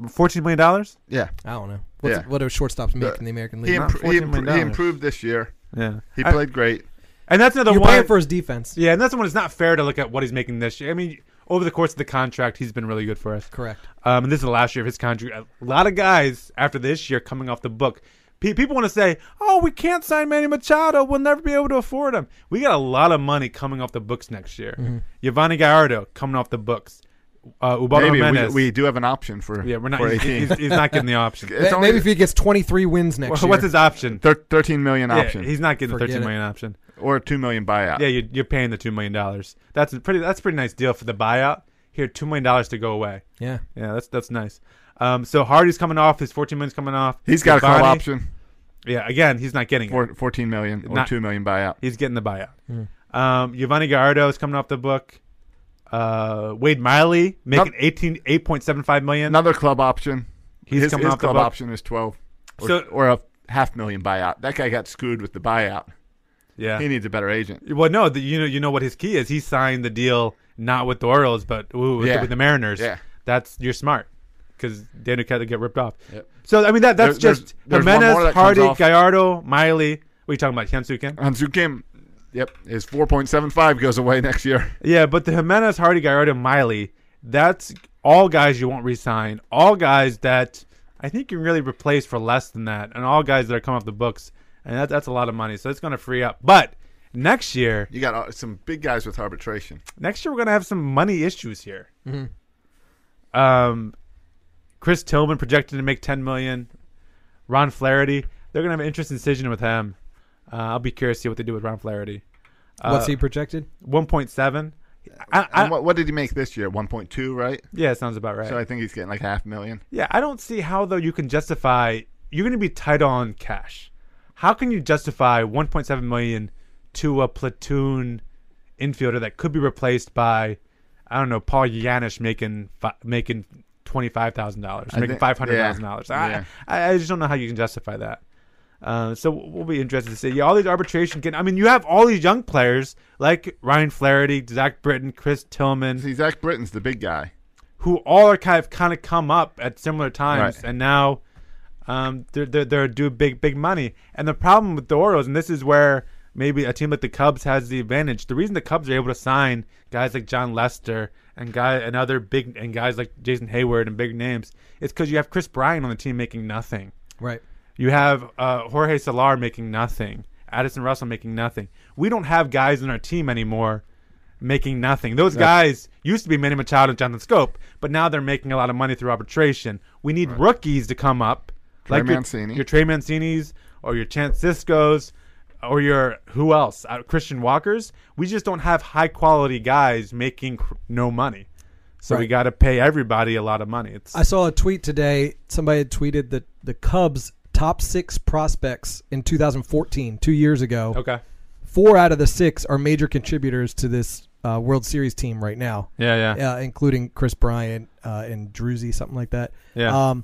Speaker 4: fourteen million dollars.
Speaker 2: Yeah.
Speaker 6: I don't know. What's
Speaker 2: Yeah.
Speaker 6: What do shortstops make in the American
Speaker 2: He,
Speaker 6: League?
Speaker 4: Not
Speaker 2: impro- he,
Speaker 4: 14
Speaker 2: impro-
Speaker 4: million
Speaker 2: he
Speaker 4: dollars.
Speaker 2: improved this year.
Speaker 4: Yeah,
Speaker 2: He
Speaker 4: I-
Speaker 2: played great.
Speaker 4: and that's another
Speaker 6: You're
Speaker 4: one.
Speaker 6: paying for his defense.
Speaker 4: yeah, and that's the one. It's not fair to look at what he's making this year. I mean, over the course of the contract, he's been really good for us.
Speaker 6: Correct.
Speaker 4: Um, and this is the last year of his contract. A lot of guys after this year coming off the book. Pe- people want to say, "Oh, we can't sign Manny Machado. We'll never be able to afford him." We got a lot of money coming off the books next year.
Speaker 6: Mm-hmm.
Speaker 4: Giovanni Gallardo coming off the books. Uh, Ubaldo
Speaker 2: Maybe we,
Speaker 4: Jimenez.
Speaker 2: we do have an option for
Speaker 4: yeah, we're
Speaker 2: for
Speaker 4: not. He's,
Speaker 2: 18.
Speaker 4: he's, he's not getting the option.
Speaker 2: it's
Speaker 6: Ma-
Speaker 2: only
Speaker 6: Maybe if he gets 23 wins next
Speaker 4: Wha-
Speaker 6: year.
Speaker 4: What's his option?
Speaker 2: thir- 13 million option
Speaker 4: Yeah, he's not getting the
Speaker 6: Forget
Speaker 4: thirteen
Speaker 6: it.
Speaker 4: million option.
Speaker 2: or a 2 million buyout.
Speaker 4: Yeah, you're, you're paying the two million dollars. That's a pretty. That's a pretty nice deal for the buyout. Here, two million dollars to go away.
Speaker 6: yeah.
Speaker 4: Yeah, that's that's nice. Um, so Hardy's coming off. His fourteen million's coming off.
Speaker 2: He's got a call
Speaker 4: Cavani-
Speaker 2: option
Speaker 4: Yeah, again, he's not getting it.
Speaker 2: for 14 million or
Speaker 4: Not-
Speaker 2: 2 million buyout.
Speaker 4: He's getting the buyout.
Speaker 2: Hmm.
Speaker 4: Um, Giovanni Gallardo is coming off the book. Uh, Wade Miley making
Speaker 2: Not-
Speaker 4: eighteen eight point seven five million.
Speaker 2: Another club option.
Speaker 4: He's
Speaker 2: his
Speaker 4: coming
Speaker 2: his
Speaker 4: off the
Speaker 2: club
Speaker 4: book.
Speaker 2: option is 12 or,
Speaker 4: So-
Speaker 2: or a half million buyout. That guy got screwed with the buyout.
Speaker 4: yeah.
Speaker 2: He needs a better agent.
Speaker 4: well, no, the, you know, you know what his key is. He signed the deal not with the Orioles, but ooh, with, the,
Speaker 2: Yeah.
Speaker 4: with the Mariners.
Speaker 2: Yeah.
Speaker 4: that's you're smart because Daniel Kettler get ripped off.
Speaker 2: Yep.
Speaker 4: So I mean that that's
Speaker 2: There- there's-
Speaker 4: just
Speaker 2: there's one more
Speaker 4: Jimenez,
Speaker 2: that comes
Speaker 4: Hardy,
Speaker 2: off.
Speaker 4: Gallardo, Miley. What are you talking about, Hyunsu Kim?
Speaker 2: Hansu Kim, yep, his 4.75 goes away next year.
Speaker 4: Yeah, but the Jimenez, Hardy, Gallardo, Miley, that's all guys you won't resign. All guys that I think you can really replace for less than that, and all guys that are coming off the books, and that, that's a lot of money. So it's going to free up. But next year,
Speaker 2: You got uh, some big guys with arbitration.
Speaker 4: next year we're going to have some money issues here.
Speaker 2: Mm-hmm.
Speaker 4: Um, Chris Tillman projected to make ten million. Ron Flaherty, they're going to have an interesting decision with him. Uh, I'll be curious to see what they do with Ron Flaherty.
Speaker 6: What's he projected?
Speaker 4: One point seven. I, I,
Speaker 2: And what, what did he make this year? 1.2, right?
Speaker 4: yeah, sounds about right.
Speaker 2: So I think he's getting like half million.
Speaker 4: Yeah, I don't see how though you can justify you're going to be tight on cash. How can you justify 1.7 million to a platoon infielder that could be replaced by I don't know Paul Yanish making fi- making twenty five thousand dollars, making
Speaker 2: think-
Speaker 4: five hundred thousand dollars. I,
Speaker 2: yeah.
Speaker 4: I I just don't know how you can justify that. Uh, so we'll be interested to see. Yeah, all these arbitration. Can, I mean, you have all these young players like Ryan Flaherty, Zach Britton, Chris Tillman
Speaker 2: See, Zach Britton's the big guy.
Speaker 4: who all are kind of kind of come up at similar times,
Speaker 2: Right.
Speaker 4: and now um, they're, they're they're due big big money. And the problem with the Orioles, and this is where maybe a team like the Cubs has the advantage. The reason the Cubs are able to sign guys like John Lester and guy and other big and guys like Jason Hayward and big names is because you have Chris Bryant on the team making nothing.
Speaker 6: Right.
Speaker 4: You have uh, Jorge Solar making nothing. Addison Russell making nothing. We don't have guys in our team anymore making nothing. Those guys used to be Manny Machado and Jonathan Scope, but now they're making a lot of money through arbitration. We need rookies to come up,
Speaker 2: Trey
Speaker 4: your-
Speaker 2: Mancini.
Speaker 4: Your, Trey Mancini's or your Chance Cisco's or your who else? Uh, Christian Walker's. We just don't have high quality guys making cr- no money. So we
Speaker 6: Right.
Speaker 4: got to pay everybody a lot of money. It's
Speaker 6: I saw a tweet today. Somebody had tweeted that the Cubs' top six prospects in 2014, two years ago,
Speaker 4: okay.
Speaker 6: four out of the six are major contributors to this uh, World Series team right now.
Speaker 4: Yeah, yeah.
Speaker 6: uh, including Chris Bryant uh, and Druzy, something like that.
Speaker 4: Yeah.
Speaker 6: Um,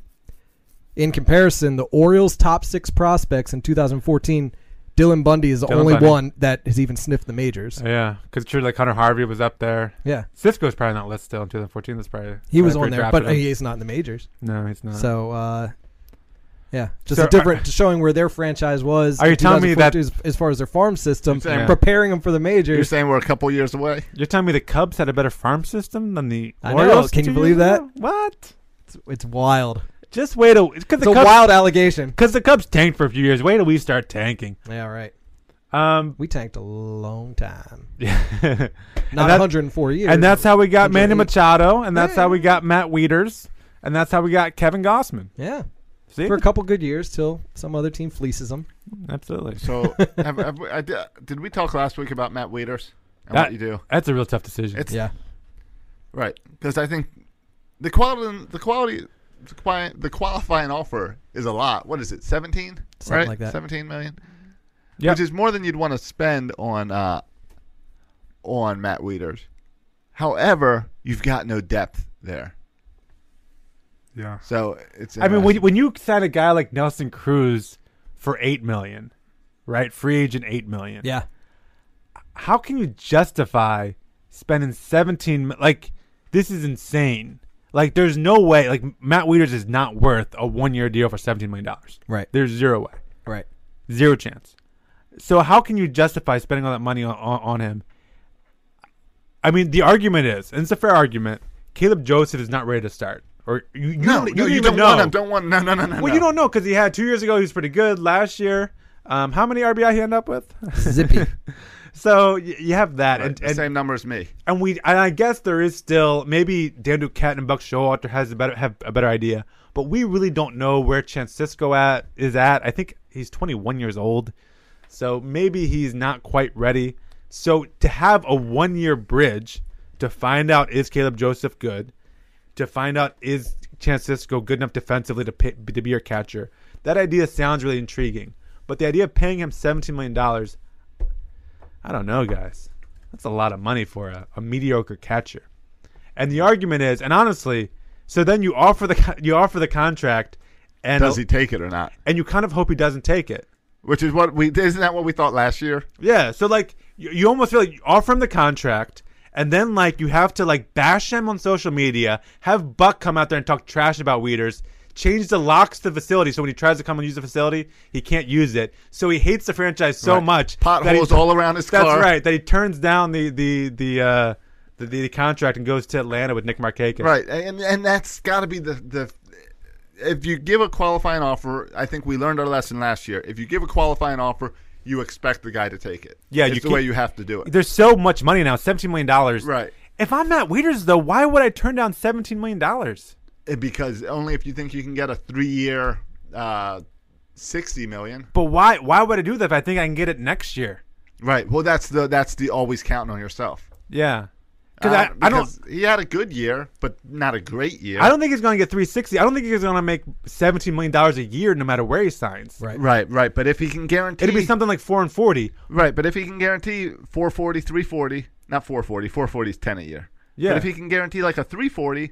Speaker 6: in comparison, the Orioles' top six prospects in 2014, Dylan Bundy is the
Speaker 4: Dylan
Speaker 6: only
Speaker 4: Bundy.
Speaker 6: one that has even sniffed the majors.
Speaker 4: Yeah, because true, like Hunter Harvey was up there.
Speaker 6: Yeah,
Speaker 4: Cisco's probably not listed still in 2014. That's probably
Speaker 6: he was
Speaker 4: probably
Speaker 6: on there, uh,
Speaker 4: drafted
Speaker 6: but
Speaker 4: him.
Speaker 6: Uh-huh. he's not in the majors.
Speaker 4: no, he's not.
Speaker 6: So, uh, Yeah, just
Speaker 4: So
Speaker 6: a different showing where their franchise was.
Speaker 4: Are you
Speaker 6: in
Speaker 4: telling me that-
Speaker 6: 2014 as, as far as their farm system,
Speaker 2: saying-
Speaker 4: Yeah.
Speaker 6: preparing them for the
Speaker 2: You're
Speaker 6: majors?
Speaker 2: saying we're a couple years away?
Speaker 4: You're telling me the Cubs had a better farm system than the
Speaker 6: I know.
Speaker 4: Orioles?
Speaker 6: Can you
Speaker 4: two
Speaker 6: believe
Speaker 4: years
Speaker 6: that?
Speaker 4: ago? What?
Speaker 6: It's, it's wild.
Speaker 4: Just wait a because
Speaker 6: It's
Speaker 4: the
Speaker 6: a
Speaker 4: Cubs
Speaker 6: wild allegation.
Speaker 4: because the Cubs tanked for a few years. Wait till we start tanking.
Speaker 6: Yeah, right.
Speaker 4: Um,
Speaker 6: We tanked a long time.
Speaker 4: and
Speaker 6: Not
Speaker 4: that-
Speaker 6: 104 years.
Speaker 4: and that's how we got Manny
Speaker 6: 108.
Speaker 4: Machado, and that's how we got Matt Wieters, and that's how we got Kevin Gossman.
Speaker 6: Yeah,
Speaker 4: See,
Speaker 6: for a couple good years till some other team fleeces them.
Speaker 4: absolutely.
Speaker 2: So, have, have we, I, di- did we talk last week about Matt Wieters and
Speaker 4: That-
Speaker 2: what you do?
Speaker 4: That's a real tough decision.
Speaker 2: It's
Speaker 6: Yeah,
Speaker 2: right because I think the quality, the quality, the quali- the qualifying offer is a lot. What is it? Seventeen,
Speaker 6: Something
Speaker 2: right?
Speaker 6: like that.
Speaker 2: Seventeen million,
Speaker 4: Yep.
Speaker 2: which is more than you'd want to spend on uh, on Matt Wieters. However, you've got no depth there,
Speaker 4: yeah.
Speaker 2: so it's.
Speaker 4: I mean, when,
Speaker 2: interesting.
Speaker 4: when you sign a guy like Nelson Cruz for eight million, right? Free agent eight million.
Speaker 6: yeah.
Speaker 4: How can you justify spending seventeen? mi- Like this is insane. Like there's no way. Like Matt Wieters is not worth a one year deal for seventeen million dollars.
Speaker 6: Right.
Speaker 4: There's zero way.
Speaker 6: Right.
Speaker 4: Zero chance. So how can you justify spending all that money on, on, on him? I mean, the argument is, and it's a fair argument. Caleb Joseph is not ready to start, or you, you,
Speaker 2: no,
Speaker 4: don't- e, you,
Speaker 2: no,
Speaker 4: don't
Speaker 2: you
Speaker 4: even
Speaker 2: don't
Speaker 4: know.
Speaker 2: want him. Don't want no, no, no, no.
Speaker 4: Well,
Speaker 2: no.
Speaker 4: you don't know because he had two years ago. He was pretty good last year. Um, how many RBI he end up with?
Speaker 6: Zippy.
Speaker 4: so y- you have that,
Speaker 2: Right,
Speaker 4: and
Speaker 2: the
Speaker 4: and,
Speaker 2: same number as me.
Speaker 4: and we and I guess there is still maybe Dan Duquette and Buck Showalter has a better have a better idea, but we really don't know where Chancisco at is at. I think he's 21 years old, so maybe he's not quite ready. So to have a one year bridge to find out is Caleb Joseph good, to find out is Chancisco good enough defensively to pay, to be your catcher. That idea sounds really intriguing, but the idea of paying him 17 million dollars, I don't know, guys. That's a lot of money for a, a mediocre catcher. And the argument is, and honestly, so then you offer the con- you offer the contract, and
Speaker 2: Does he take it or not?
Speaker 4: and you kind of hope he doesn't take it.
Speaker 2: Which is what we isn't that what we thought last year?
Speaker 4: Yeah, so like you, you almost feel like you offer him the contract, and then like you have to like bash him on social media, have Buck come out there and talk trash about Weeders, change the locks to the facility so when he tries to come and use the facility, he can't use it. So he hates the franchise so
Speaker 2: Right.
Speaker 4: much. that he-
Speaker 2: Potholes all around his
Speaker 4: That's
Speaker 2: car.
Speaker 4: right. That he turns down the the the. Uh, the, the contract and goes to Atlanta with Nick Markakis.
Speaker 2: Right, and and that's got to be the the. If you give a qualifying offer, I think we learned our lesson last year. If you give a qualifying offer, you expect the guy to take it.
Speaker 4: Yeah,
Speaker 2: it's
Speaker 4: you
Speaker 2: the way
Speaker 4: keep-
Speaker 2: you have to do it.
Speaker 4: There's so much money now, seventeen million dollars.
Speaker 2: Right.
Speaker 4: If I'm Matt Wieters, though, why would I turn down seventeen million dollars?
Speaker 2: Eh, because only if you think you can get a three-year, uh, sixty million.
Speaker 4: But why? Why would I do that if I think I can get it next year?
Speaker 2: Right. Well, that's the that's the always counting on yourself.
Speaker 4: Yeah. Cause
Speaker 2: Uh,
Speaker 4: I, I don't
Speaker 2: because He had a good year, but not a great year.
Speaker 4: I don't think he's going to get 360. I don't think he's going to make 17 million dollars a year no matter where he signs.
Speaker 6: Right.
Speaker 2: Right, right. But if he can guarantee,
Speaker 4: It'll be something like 4 and 40.
Speaker 2: Right, but if he can guarantee 440, 340, not 440, 440 is 10 a year.
Speaker 4: Yeah.
Speaker 2: But if he can guarantee like a 340,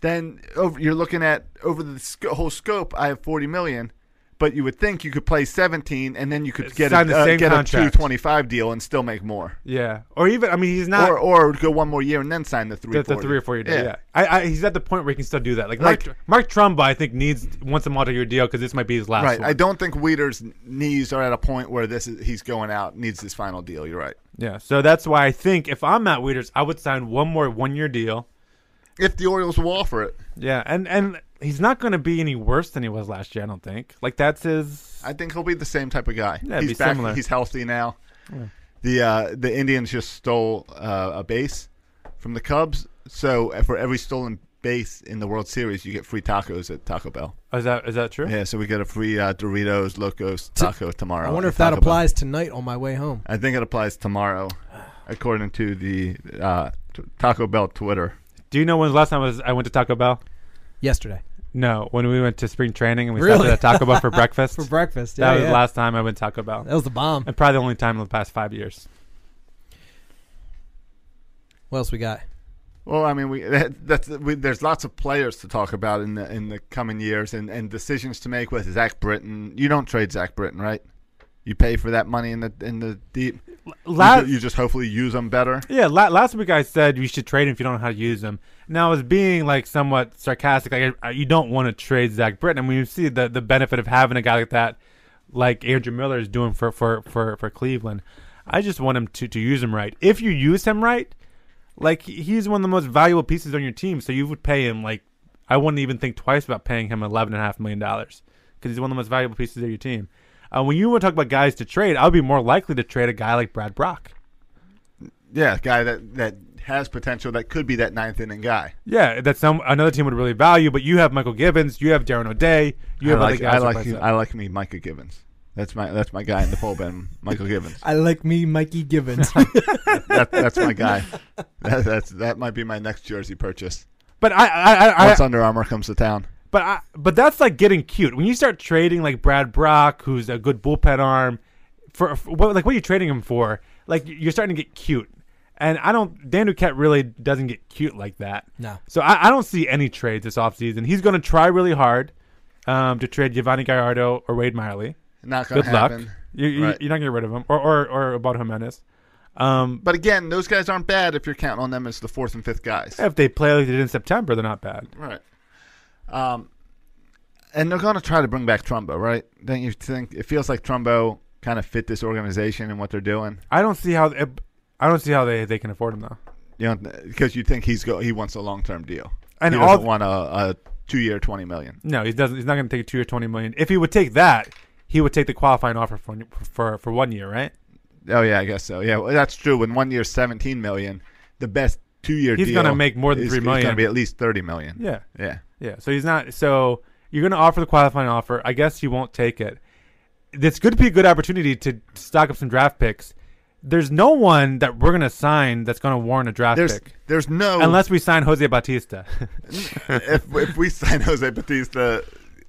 Speaker 2: then over, you're looking at over the sc- whole scope, I have 40 million, but you would think you could play 17 and then you could get, a,
Speaker 4: Sign the
Speaker 2: uh,
Speaker 4: same
Speaker 2: get a
Speaker 4: contract.
Speaker 2: 225 deal and still make more.
Speaker 4: Yeah. Or even I mean he's not
Speaker 2: or or go one more year and then sign the
Speaker 4: the,
Speaker 2: 340.
Speaker 4: the 3 or 4 year deal. Yeah. I, I he's at the point where he can still do that. Like, Mark,
Speaker 2: Like-
Speaker 4: Mark Trumba I think needs once a model year deal cuz this might be his last
Speaker 2: Right.
Speaker 4: one.
Speaker 2: I don't think Weeder's knees are at a point where this is he's going out needs this final deal. You're right.
Speaker 4: yeah. So that's why I think if I'm Matt Wieters, I would sign one more one year deal.
Speaker 2: If the Orioles will offer it,
Speaker 4: Yeah. And and he's not going to be any worse than he was last year, I don't think. Like that's his
Speaker 2: I think he'll be the same type of guy.
Speaker 4: Yeah, it'd
Speaker 2: he's
Speaker 4: be
Speaker 2: back.
Speaker 4: similar.
Speaker 2: He's healthy now. The uh, the Indians just stole uh, a base from the Cubs, so uh, for every stolen base in the World Series, you get free tacos at Taco Bell.
Speaker 4: Is that is that true?
Speaker 2: Yeah, so we get a free uh, Doritos Locos taco tomorrow.
Speaker 6: I wonder
Speaker 2: at
Speaker 6: if that
Speaker 2: Taco Bell.
Speaker 6: applies tonight on my way home.
Speaker 2: I think it applies tomorrow, according to the uh, t- Taco Bell Twitter.
Speaker 4: Do you know when the last time was I went to Taco Bell?
Speaker 6: Yesterday
Speaker 4: No, when we went to spring training and we
Speaker 6: Really?
Speaker 4: stopped at a Taco Bell for breakfast.
Speaker 6: for breakfast.
Speaker 4: That
Speaker 6: Yeah,
Speaker 4: was
Speaker 6: yeah.
Speaker 4: the last time I went to Taco Bell.
Speaker 6: That was the bomb.
Speaker 4: and probably the only time in the past five years.
Speaker 6: What else we got?
Speaker 2: Well, I mean, we that, that's we, there's lots of players to talk about in the in the coming years, and, and decisions to make with Zach Britton. You don't trade Zach Britton, right? You pay for that money in the in the deep.
Speaker 4: La-
Speaker 2: you, ju- you just hopefully use them better.
Speaker 4: Yeah, la- last week I said you should trade him if you don't know how to use him. Now I was being like somewhat sarcastic. Like I, I- you don't want to trade Zach Britton. I mean, you see the the benefit of having a guy like that, like Andrew Miller is doing for for for for Cleveland. I just want him to to use him right. If you use him right, like he- he's one of the most valuable pieces on your team. So you would pay him like I wouldn't even think twice about paying him eleven and a half million dollars because he's one of the most valuable pieces of your team. Uh, when you want to talk about guys to trade, I would be more likely to trade a guy like Brad Brock.
Speaker 2: Yeah, guy that that has potential that could be that ninth inning guy.
Speaker 4: Yeah, that's some another team would really value. But you have Michael Gibbons, you have Darren O'Day, you have
Speaker 2: I like
Speaker 4: other guys.
Speaker 2: I
Speaker 4: that
Speaker 2: like
Speaker 4: plays
Speaker 2: you-
Speaker 4: that.
Speaker 2: I like me Micah Gibbons. That's my that's my guy in the bullpen, Michael Gibbons.
Speaker 6: I like me, Mikey Gibbons.
Speaker 2: That, that's my guy. That, that's that might be my next jersey purchase.
Speaker 4: but I, I, I, I
Speaker 2: Once Under Armour comes to town.
Speaker 4: but I, but that's like getting cute when you start trading like Brad Brock, who's a good bullpen arm. For, for what, like what are you trading him for? Like you're starting to get cute, and I don't. Dan Duquette really doesn't get cute like that.
Speaker 6: No.
Speaker 4: So I, I don't see any trades this offseason. He's going to try really hard um, to trade Giovanni Gallardo or Wade Miley.
Speaker 2: Not gonna
Speaker 4: Good
Speaker 2: happen.
Speaker 4: luck. You, you,
Speaker 2: Right.
Speaker 4: You're not going to get rid of him or or or about Jimenez. Um,
Speaker 2: But again, those guys aren't bad if you're counting on them as the fourth and fifth guys.
Speaker 4: If they play like they did in September, they're not bad.
Speaker 2: Right. Um, and they're going to try to bring back Trumbo, right? Don't you think? It feels like Trumbo kind of fit this organization and what they're doing.
Speaker 4: I don't see how I don't see how they, they can afford him though.
Speaker 2: You know, because you think he's go he wants a long term deal.
Speaker 4: And
Speaker 2: he
Speaker 4: all
Speaker 2: doesn't
Speaker 4: th-
Speaker 2: want a, a two year twenty million.
Speaker 4: No, he doesn't. He's not going to take two or twenty million. If he would take that, he would take the qualifying offer for for for one year, right?
Speaker 2: Oh yeah, I guess so. Yeah, well, that's true. When one year's seventeen million, the best two year
Speaker 4: He's
Speaker 2: deal
Speaker 4: gonna make more than
Speaker 2: is,
Speaker 4: three
Speaker 2: It's
Speaker 4: million.
Speaker 2: going to be at least thirty million.
Speaker 4: Yeah.
Speaker 2: yeah.
Speaker 4: Yeah. So he's not. So you're going to offer the qualifying offer. I guess he won't take it. This could be a good opportunity to stock up some draft picks. There's no one that we're going to sign that's going to warrant a draft
Speaker 2: There's
Speaker 4: pick
Speaker 2: there's no
Speaker 4: unless we sign Jose Bautista.
Speaker 2: if if we sign Jose Batista.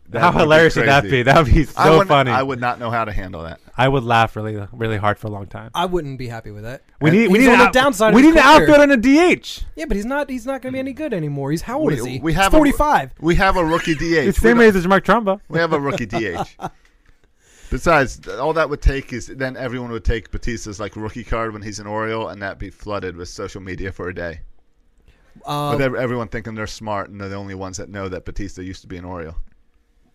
Speaker 2: that
Speaker 4: how
Speaker 2: would be
Speaker 4: hilarious would that
Speaker 2: crazy.
Speaker 4: be? That would be so
Speaker 2: I wouldn't-
Speaker 4: funny.
Speaker 2: I would not know how to handle that.
Speaker 4: I would laugh really really hard for a long time.
Speaker 6: I wouldn't be happy with that.
Speaker 4: We need we
Speaker 6: He's
Speaker 4: need
Speaker 6: on
Speaker 4: an
Speaker 6: the
Speaker 4: out-
Speaker 6: downside of
Speaker 4: We
Speaker 6: his
Speaker 4: need an
Speaker 6: career.
Speaker 4: outfield and a DH.
Speaker 6: Yeah, but he's not. He's not going to be any good anymore. He's how old is he?
Speaker 2: we have
Speaker 6: He's forty-five.
Speaker 2: A, we have a rookie DH. We
Speaker 4: It's the same
Speaker 2: don't-
Speaker 4: age as Mark Trumbo.
Speaker 2: we have a rookie DH. Besides, th- all that would take is then everyone would take Batista's like rookie card when he's an Oriole, and that'd be flooded with social media for a day.
Speaker 6: Um,
Speaker 2: With ev- everyone thinking they're smart and they're the only ones that know that Batista used to be an Oriole.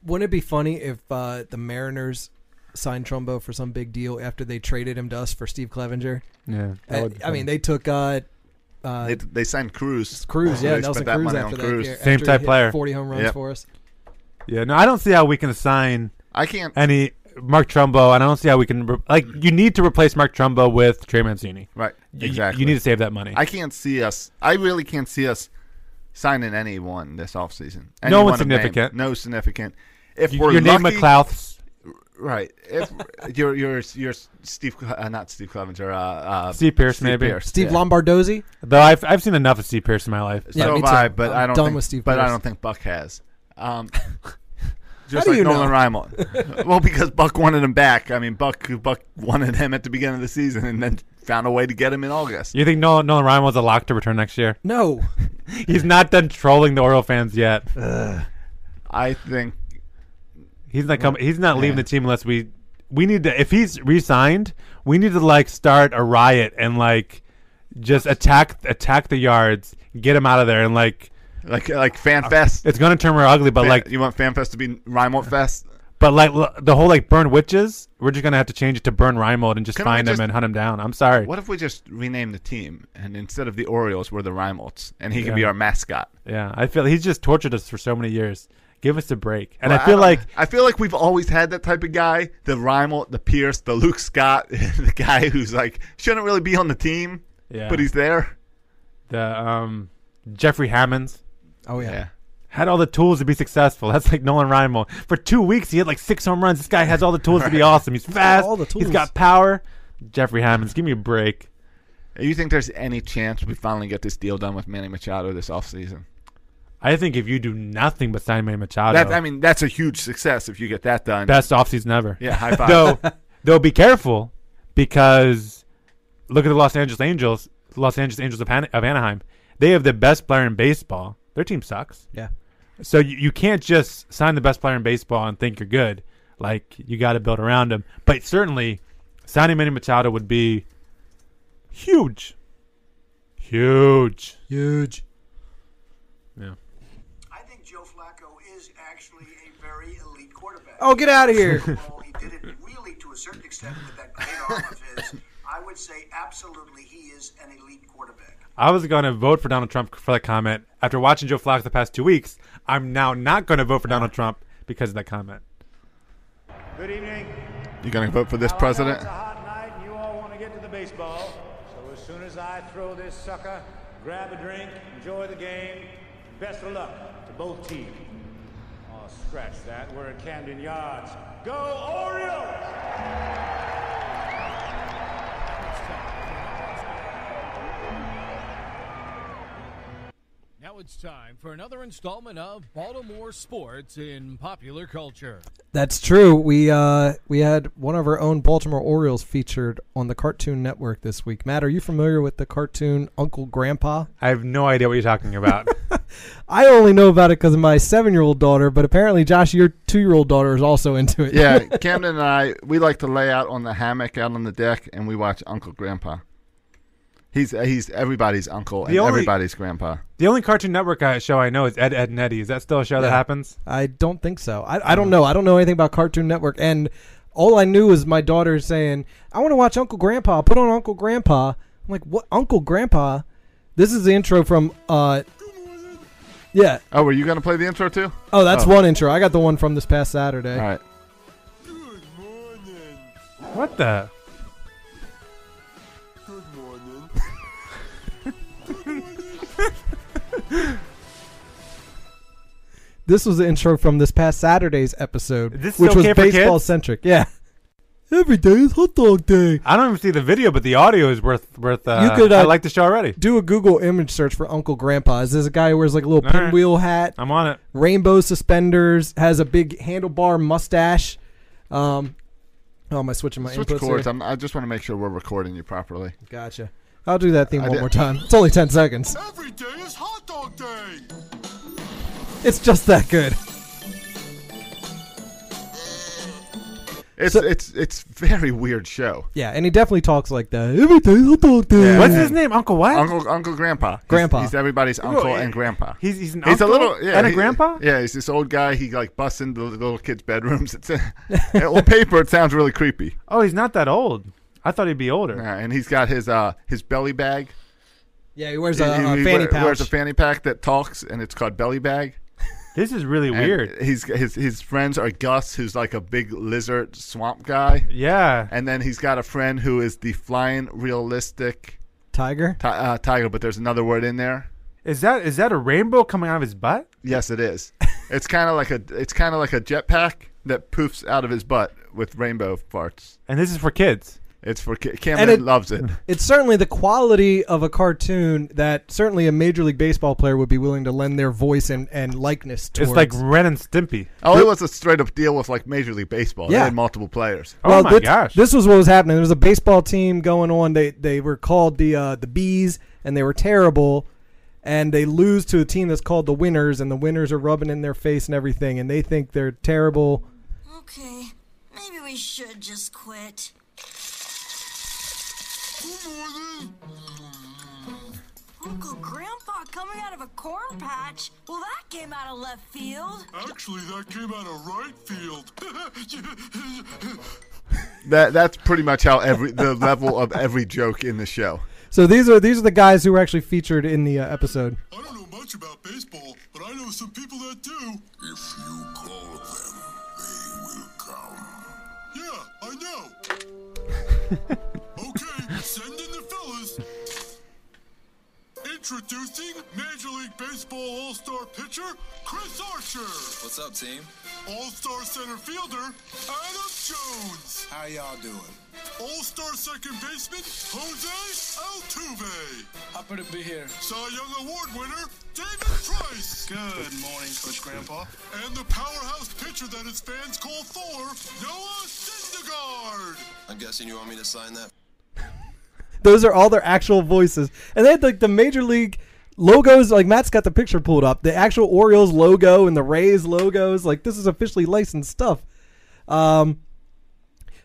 Speaker 6: Wouldn't it be funny if uh, the Mariners signed Trumbo for some big deal after they traded him to us for Steve Clevenger?
Speaker 4: Yeah,
Speaker 6: Uh, I mean, they took uh, uh,
Speaker 2: They, they signed Cruz.
Speaker 6: Cruz,
Speaker 2: So
Speaker 6: yeah,
Speaker 2: they
Speaker 6: Nelson
Speaker 2: spent that
Speaker 6: Cruz
Speaker 2: money
Speaker 6: after
Speaker 2: on
Speaker 6: that
Speaker 2: Cruz.
Speaker 6: year,
Speaker 4: Same
Speaker 6: after he
Speaker 4: type
Speaker 6: hit
Speaker 4: player.
Speaker 6: forty home runs
Speaker 2: Yep.
Speaker 6: for us.
Speaker 4: yeah. No, I don't see how we can assign
Speaker 2: I can't.
Speaker 4: any Mark Trumbo, and I don't see how we can re- like. You need to replace Mark Trumbo with Trey Mancini.
Speaker 2: Right,
Speaker 4: You-
Speaker 2: exactly.
Speaker 4: You need to save that money.
Speaker 2: I can't see us. I really can't see us signing anyone this offseason.
Speaker 4: No
Speaker 2: Anyone
Speaker 4: one
Speaker 2: of name.
Speaker 4: significant.
Speaker 2: No significant. If
Speaker 4: You-
Speaker 2: we're
Speaker 4: Your name
Speaker 2: lucky-
Speaker 4: McClouth's.
Speaker 2: Right. If you're you're you're Steve, Cle- uh, not Steve Clevenger, uh, uh,
Speaker 4: Steve Pierce, maybe.
Speaker 6: Steve
Speaker 2: yeah.
Speaker 6: Lombardozzi.
Speaker 4: Though I've I've seen enough of Steve Pierce in my life.
Speaker 6: Yeah,
Speaker 2: so
Speaker 6: me
Speaker 2: have I,
Speaker 6: too.
Speaker 2: but
Speaker 6: I'm
Speaker 2: I do not
Speaker 6: done
Speaker 2: think,
Speaker 6: with Steve
Speaker 2: But I
Speaker 6: Pierce.
Speaker 2: don't think Buck has. Um, just
Speaker 6: do
Speaker 2: like
Speaker 6: you
Speaker 2: Nolan
Speaker 6: know?
Speaker 2: Rymont. well, because Buck wanted him back. I mean, Buck Buck wanted him at the beginning of the season, and then found a way to get him in August.
Speaker 4: You think Nolan, Nolan Ryan was a lock to return next year?
Speaker 6: No,
Speaker 4: He's not done trolling the Oriole fans yet.
Speaker 2: I think
Speaker 4: He's not coming. He's not leaving
Speaker 2: Yeah.
Speaker 4: the team unless we. We need to. If he's re-signed, we need to like start a riot and like just attack attack the yards, get him out of there, and like
Speaker 2: like like FanFest.
Speaker 4: it's gonna turn real ugly. But
Speaker 2: Fan-
Speaker 4: like,
Speaker 2: you want FanFest to be Rymont Fest.
Speaker 4: but like l- the whole like burn witches, we're just gonna have to change it to burn Reimold and just
Speaker 2: Can we
Speaker 4: find him
Speaker 2: just-
Speaker 4: and hunt him down. I'm sorry.
Speaker 2: What if we just rename the team, and instead of the Orioles, we're the Rymolts, and he
Speaker 4: Yeah.
Speaker 2: can be our mascot?
Speaker 4: Yeah, I feel he's just tortured us for so many years. Give us a break. And I
Speaker 2: Well,
Speaker 4: feel
Speaker 2: don't-
Speaker 4: like
Speaker 2: I feel like we've always had that type of guy, the Rymel, the Pierce, the Luke Scott, the guy who's like shouldn't really be on the team,
Speaker 4: Yeah.
Speaker 2: but he's there.
Speaker 4: the um Jeffrey Hammonds.
Speaker 6: oh yeah.
Speaker 4: had all the tools to be successful. That's like Nolan Ryan. For two weeks, he had like six home runs. This guy has all the tools to be awesome. He's fast.
Speaker 6: all the
Speaker 4: He's
Speaker 6: tools.
Speaker 4: got power. Jeffrey Hammonds, give me a break.
Speaker 2: You think there's any chance we finally get this deal done with Manny Machado this offseason?
Speaker 4: I think if you do nothing but sign Manny Machado,
Speaker 2: That I mean, that's a huge success if you get that done.
Speaker 4: best offseason ever.
Speaker 2: yeah, high five.
Speaker 4: Though, though, be careful because look at the Los Angeles Angels. The Los Angeles Angels of, Han- of Anaheim. They have the best player in baseball. Their team sucks.
Speaker 6: Yeah.
Speaker 4: So you, you can't just sign the best player in baseball and think you're good. Like you got to build around him. But certainly, signing Manny Machado would be huge, huge.
Speaker 6: Huge.
Speaker 4: Yeah.
Speaker 7: I think Joe Flacco is actually a very elite quarterback.
Speaker 6: Oh, get out of here.
Speaker 7: Well, he did it really to a certain extent with that great arm of his. I would say absolutely he is an elite quarterback.
Speaker 4: I was going to vote for Donald Trump for that comment. After watching Joe Flacco the past two weeks, I'm now not going to vote for Donald Trump because of that comment.
Speaker 8: Good evening.
Speaker 2: You going to vote for this
Speaker 8: Now, I know
Speaker 2: president?
Speaker 8: It's a hot night, and you all want to get to the baseball. So as soon as I throw this sucker, grab a drink, enjoy the game. Best of luck to both teams. Oh, scratch that. We're at Camden Yards. Go Orioles!
Speaker 9: Now it's time for another installment of Baltimore Sports in Popular Culture.
Speaker 6: That's true. We uh we had one of our own Baltimore Orioles featured on the Cartoon Network this week. Matt, are you familiar with the cartoon Uncle Grandpa?
Speaker 4: I have no idea what you're talking about.
Speaker 6: I only know about it because of my seven-year-old daughter, but apparently, Josh, your two-year-old daughter is also into it.
Speaker 2: yeah, Camden and I, we like to lay out on the hammock out on the deck, and we watch Uncle Grandpa. He's uh, he's everybody's uncle and
Speaker 4: The only-
Speaker 2: everybody's grandpa.
Speaker 4: the only Cartoon Network uh, show I know is Ed, Ed, and Eddie. Is that still a show that happens?
Speaker 6: I don't think so. I, I don't know. I don't know anything about Cartoon Network. And all I knew was my daughter saying, I want to watch Uncle Grandpa. Put on Uncle Grandpa. I'm like, what? Uncle Grandpa? This is the intro from, uh, yeah.
Speaker 2: Oh, were you going to play the intro too?
Speaker 6: Oh, that's
Speaker 2: Oh.
Speaker 6: one intro. I got the one from this past Saturday.
Speaker 2: All right.
Speaker 4: What the?
Speaker 6: This was the intro from this past Saturday's episode,
Speaker 4: This
Speaker 6: which
Speaker 4: still
Speaker 6: was
Speaker 4: came for kids?
Speaker 6: baseball centric. Yeah. Every day is hot dog day.
Speaker 4: I don't even see the video, but the audio is worth worth. Uh,
Speaker 6: You could, uh,
Speaker 4: I like the show already.
Speaker 6: Do a Google image search for Uncle Grandpa. Is this a guy who wears like a little
Speaker 4: All right. Um,
Speaker 6: pinwheel hat?
Speaker 4: I'm on it.
Speaker 6: rainbow suspenders, has a big handlebar mustache. Um, oh, am I switching my
Speaker 2: Switch
Speaker 6: inputs
Speaker 2: chords.
Speaker 6: here?
Speaker 2: I'm, I just want to make sure we're recording you properly.
Speaker 6: Gotcha. I'll do that thing
Speaker 2: I
Speaker 6: one
Speaker 2: did-
Speaker 6: more time. It's only ten seconds.
Speaker 7: Every day is hot dog day.
Speaker 6: It's just that good.
Speaker 2: It's
Speaker 6: So-
Speaker 2: it's it's very weird show.
Speaker 6: Yeah, and he definitely talks like that. Every day I talk to
Speaker 2: Yeah.
Speaker 6: you.
Speaker 4: What's his name? Uncle what?
Speaker 2: Uncle Uncle Grandpa. He's-
Speaker 6: Grandpa.
Speaker 2: He's, everybody's uncle
Speaker 4: Well,
Speaker 2: and grandpa.
Speaker 4: He's he's an
Speaker 2: He's a
Speaker 4: uncle
Speaker 2: little yeah,
Speaker 4: and a
Speaker 2: he-
Speaker 4: grandpa.
Speaker 2: Yeah, he's this old guy. He like busts into the little kids' bedrooms. It's on paper it sounds really creepy.
Speaker 4: Oh, he's not that old. I thought he'd be older.
Speaker 2: Yeah, and he's got his uh his belly bag.
Speaker 6: Yeah, he wears a,
Speaker 2: He-
Speaker 6: a
Speaker 2: he
Speaker 6: fanny
Speaker 2: wear-
Speaker 6: pouch.
Speaker 2: Wears a fanny pack that talks, and it's called belly bag.
Speaker 4: This is really
Speaker 2: And
Speaker 4: weird.
Speaker 2: He's his his friends are Gus, who's like a big lizard swamp guy,
Speaker 4: Yeah.
Speaker 2: and then he's got a friend who is the flying realistic
Speaker 6: Tiger.
Speaker 2: ti- uh, tiger. But there's another word in there.
Speaker 4: Is that is that a rainbow coming out of his butt?
Speaker 2: Yes, it is. it's kind of like a it's kind of like a jetpack that poofs out of his butt with rainbow farts.
Speaker 4: And this is for kids.
Speaker 2: It's for Ca-
Speaker 6: And
Speaker 2: Cameron
Speaker 6: it-
Speaker 2: loves it.
Speaker 6: It's certainly the quality of a cartoon that certainly a major league baseball player would be willing to lend their voice and, and likeness towards.
Speaker 4: It's like Ren and Stimpy.
Speaker 2: Oh, it was a straight up deal with like Major League Baseball. They
Speaker 6: Yeah.
Speaker 2: had multiple players.
Speaker 4: Oh
Speaker 6: well,
Speaker 4: my
Speaker 6: this,
Speaker 4: gosh.
Speaker 6: this was what was happening. There was a baseball team going on. They they were called the uh, the bees, and they were terrible. And they lose to a team that's called the winners, and the winners are rubbing in their face and everything, and they think they're terrible.
Speaker 10: Okay, maybe we should just quit. Uncle Grandpa coming out of a corn patch? Well, that came out of left field.
Speaker 7: Actually, that came out of right field.
Speaker 2: That that's pretty much how every the level of every joke in the show.
Speaker 6: So these are these are the guys who were actually featured in the uh, episode.
Speaker 7: I don't know much about baseball, but I know some people that do. If you call them, they will come. Yeah, I know. okay, send in the fellas. Introducing Major League Baseball All Star pitcher Chris Archer,
Speaker 11: What's up, team?
Speaker 7: All Star center fielder Adam Jones,
Speaker 11: How y'all doing?
Speaker 7: All Star second baseman Jose Altuve.
Speaker 11: Happy to be here.
Speaker 7: Cy Young Award winner David Price. Good morning, Coach Grandpa. And the powerhouse pitcher that his fans call for, Noah Syndergaard.
Speaker 11: I'm guessing you want me to sign that.
Speaker 6: Those are all their actual voices, and they had like the major league logos. Like Matt's got the picture pulled up, the actual Orioles logo and the Rays logos. Like this is officially licensed stuff. Um,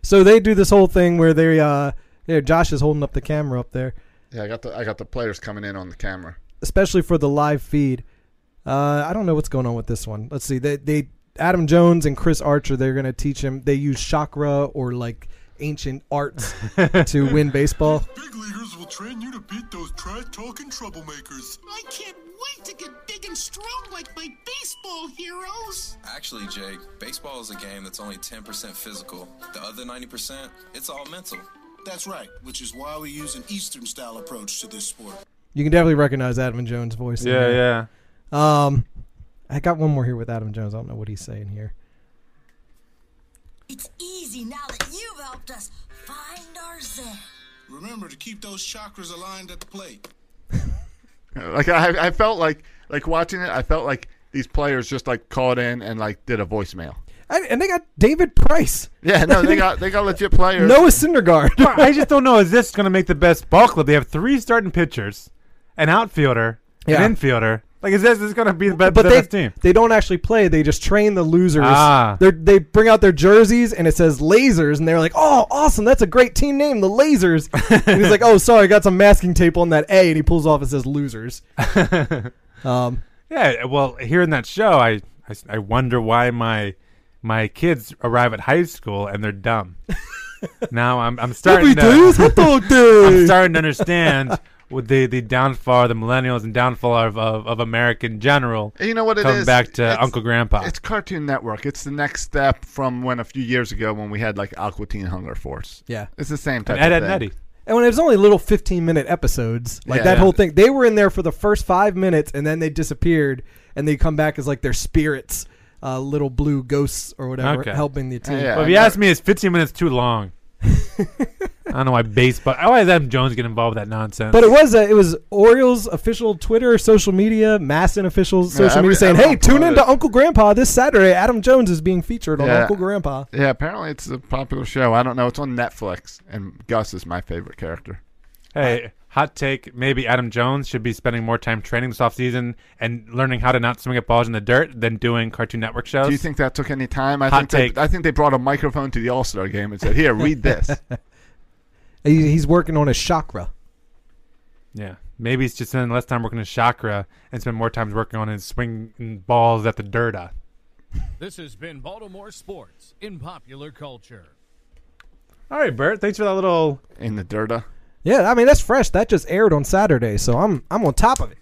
Speaker 6: so they do this whole thing where they, uh, there, Josh is holding up the camera up there,
Speaker 12: Yeah, I got the I got the players coming in on the camera.
Speaker 6: especially for the live feed. Uh, I don't know what's going on with this one. Let's see. They, they Adam Jones and Chris Archer. They're going to teach him. They use chakra or like ancient arts to win baseball.
Speaker 7: Big leaguers will train you to beat those trash talking troublemakers.
Speaker 13: I can't wait to get big and strong like my baseball heroes.
Speaker 11: Actually, Jake, baseball is a game that's only 10% physical. The other 90%, it's all mental.
Speaker 13: That's right, which is why we use an Eastern style approach to this sport.
Speaker 6: You can definitely recognize Adam Jones' voice. in
Speaker 4: Yeah,
Speaker 6: there. Um, I got one more here with Adam Jones. I don't know what he's saying here.
Speaker 10: It's easy now that you've helped us find our zen.
Speaker 13: Remember to keep those chakras aligned at the plate.
Speaker 12: Like I, I felt like like watching it. I felt like these players just like called in and like did a voicemail.
Speaker 6: And, and they got David Price.
Speaker 12: Yeah, no, they got they got legit players.
Speaker 6: Noah Syndergaard.
Speaker 4: I just don't know. Is this going to make the best ball club? They have three starting pitchers, an outfielder,
Speaker 6: Yeah.
Speaker 4: an infielder. Like, is this, is going to be the, be-
Speaker 6: but
Speaker 4: the
Speaker 6: they
Speaker 4: best team?
Speaker 6: they don't actually play. They just train the losers.
Speaker 4: Ah.
Speaker 6: They're, they bring out their jerseys and it says Lasers, and they're like, "Oh, awesome! That's a great team name, the Lasers." and he's like, "Oh, sorry, I got some masking tape on that A," and he pulls off and says "Losers." um,
Speaker 4: Yeah, eh, well, here in that show, I, I s- I wonder why my my kids arrive at high school and they're dumum. now I'm I'm starting to
Speaker 6: days, hot dog
Speaker 4: I'm
Speaker 6: day.
Speaker 4: starting to understand with the, the downfall, the millennials and downfall of, of, of America in general.
Speaker 12: And you know what it is?
Speaker 4: Coming back to
Speaker 12: It's-
Speaker 4: Uncle Grandpa.
Speaker 12: It's Cartoon Network. It's the next step from when a few years ago when we had like Aqua Teen Hunger Force.
Speaker 6: Yeah.
Speaker 12: it's the same type.
Speaker 4: And Ed,
Speaker 12: of
Speaker 4: Ed,
Speaker 12: thing.
Speaker 4: and Eddie.
Speaker 6: And when it was only little 15 minute episodes, like
Speaker 12: Yeah.
Speaker 6: that whole thing, they were in there for the first five minutes and then they disappeared and they come back as like their spirits, uh, little blue ghosts or whatever,
Speaker 4: Okay.
Speaker 6: helping the team.
Speaker 4: Well, if you ask me, it's 15 minutes too long. I don't know why baseball. I always Adam Jones get involved with that nonsense.
Speaker 6: But it was uh, it was Orioles official Twitter, social media, Masson official social
Speaker 12: every-
Speaker 6: media saying,
Speaker 12: everyone
Speaker 6: "Hey, tune in
Speaker 12: promoted
Speaker 6: to Uncle Grandpa this Saturday. Adam Jones is being featured on
Speaker 12: Yeah.
Speaker 6: Uncle Grandpa."
Speaker 12: Yeah, apparently it's a popular show. I don't know. It's on Netflix, and Gus is my favorite character.
Speaker 4: Hey, hot take. Maybe Adam Jones should be spending more time training this offseason and learning how to not swing at balls in the dirt than doing Cartoon Network shows.
Speaker 12: Do you think that took any time? I
Speaker 4: Hot
Speaker 12: think they-
Speaker 4: take.
Speaker 12: I think they brought a microphone to the All Star game and said, "Here, read this."
Speaker 6: He- He's working on his chakra.
Speaker 4: yeah. Maybe he's just spending less time working his chakra and spend more time working on his swinging balls at the dirt. uh.
Speaker 9: This has been Baltimore Sports in popular culture.
Speaker 4: All right, Bert. Thanks for that little
Speaker 12: in the dirta.
Speaker 6: Yeah, I mean that's fresh. That just aired on Saturday, so I'm I'm on top of it.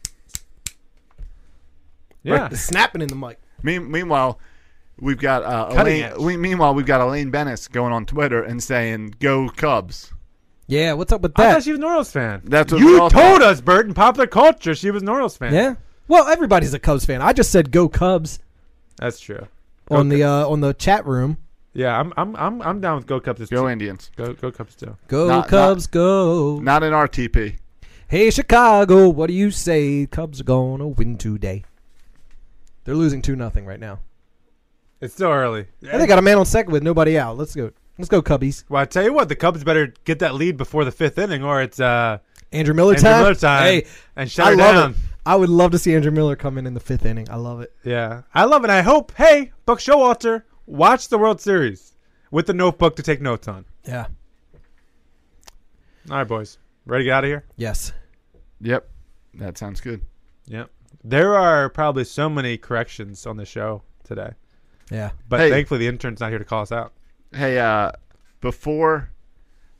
Speaker 12: Yeah.
Speaker 6: Right, snapping in the mic.
Speaker 12: Mean, meanwhile, we've got uh,
Speaker 6: Cutting
Speaker 12: Elaine,
Speaker 6: edge.
Speaker 12: we, meanwhile we've got Elaine Bennis going on Twitter and saying, "Go Cubs."
Speaker 6: Yeah, what's up with
Speaker 4: I
Speaker 6: that?
Speaker 4: thought she was an Orioles fan.
Speaker 12: That's what we
Speaker 4: you
Speaker 12: all thought.
Speaker 4: told us, Bert, in popular culture, she was an Orioles fan.
Speaker 6: Yeah. Well, everybody's a Cubs fan. I just said go Cubs
Speaker 4: that's true.
Speaker 6: on the uh, on the chat room.
Speaker 4: Yeah, I'm I'm I'm I'm down with Go Cubs. Go
Speaker 12: Indians.
Speaker 4: Go Go Cubs too.
Speaker 6: Go
Speaker 12: Not-
Speaker 6: Cubs, go.
Speaker 12: Not in RTP.
Speaker 6: Hey Chicago, what do you say? Cubs are gonna win today. They're losing two nothing right now.
Speaker 4: It's still early.
Speaker 6: And they got a man on second with nobody out. Let's go. Let's go Cubbies.
Speaker 4: Well, I tell you what, the Cubs better get that lead before the fifth inning, or it's uh,
Speaker 6: Andrew Miller
Speaker 4: Andrew
Speaker 6: time.
Speaker 4: Miller time.
Speaker 6: Hey,
Speaker 4: and shut
Speaker 6: I
Speaker 4: her
Speaker 6: love
Speaker 4: down.
Speaker 6: it. I would love to see Andrew Miller come in in the fifth inning. I love it.
Speaker 4: Yeah, I love it. I hope. Hey, Buck Showalter, watch the World Series with the notebook to take notes on.
Speaker 6: Yeah.
Speaker 4: All right, boys, ready to get out of here?
Speaker 6: Yes.
Speaker 12: Yep, that sounds good.
Speaker 4: Yep. There are probably so many corrections on the show today.
Speaker 6: Yeah.
Speaker 4: But
Speaker 12: Hey.
Speaker 4: thankfully, the intern's not here to call us out.
Speaker 12: Hey, uh, before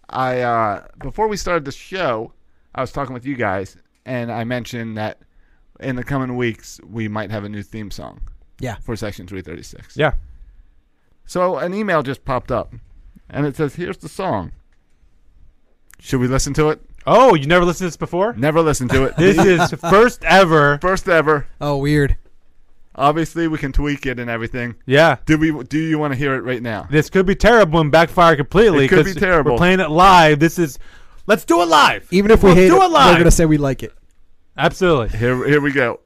Speaker 12: I uh, before we started the show, I was talking with you guys, and I mentioned that in the coming weeks we might have a new theme song.
Speaker 6: Yeah.
Speaker 12: For section three thirty six.
Speaker 4: Yeah.
Speaker 12: So an email just popped up, and it says, "Here's the song." Should we listen to it?
Speaker 4: Oh, you never listened to this before?
Speaker 12: Never listened to it.
Speaker 4: This is first ever.
Speaker 12: First ever.
Speaker 6: Oh, weird.
Speaker 12: Obviously, we can tweak it and everything.
Speaker 4: Yeah.
Speaker 12: Do we? Do you want to hear it right now?
Speaker 4: This could be terrible and backfire completely.
Speaker 12: It could
Speaker 4: 'cause
Speaker 12: be terrible.
Speaker 4: We're playing it live. This is. Let's do it live.
Speaker 6: Even if we
Speaker 4: Let's
Speaker 6: hate
Speaker 4: do
Speaker 6: it,
Speaker 4: it live.
Speaker 6: we're gonna say we like it.
Speaker 4: Absolutely.
Speaker 12: Here, here we go.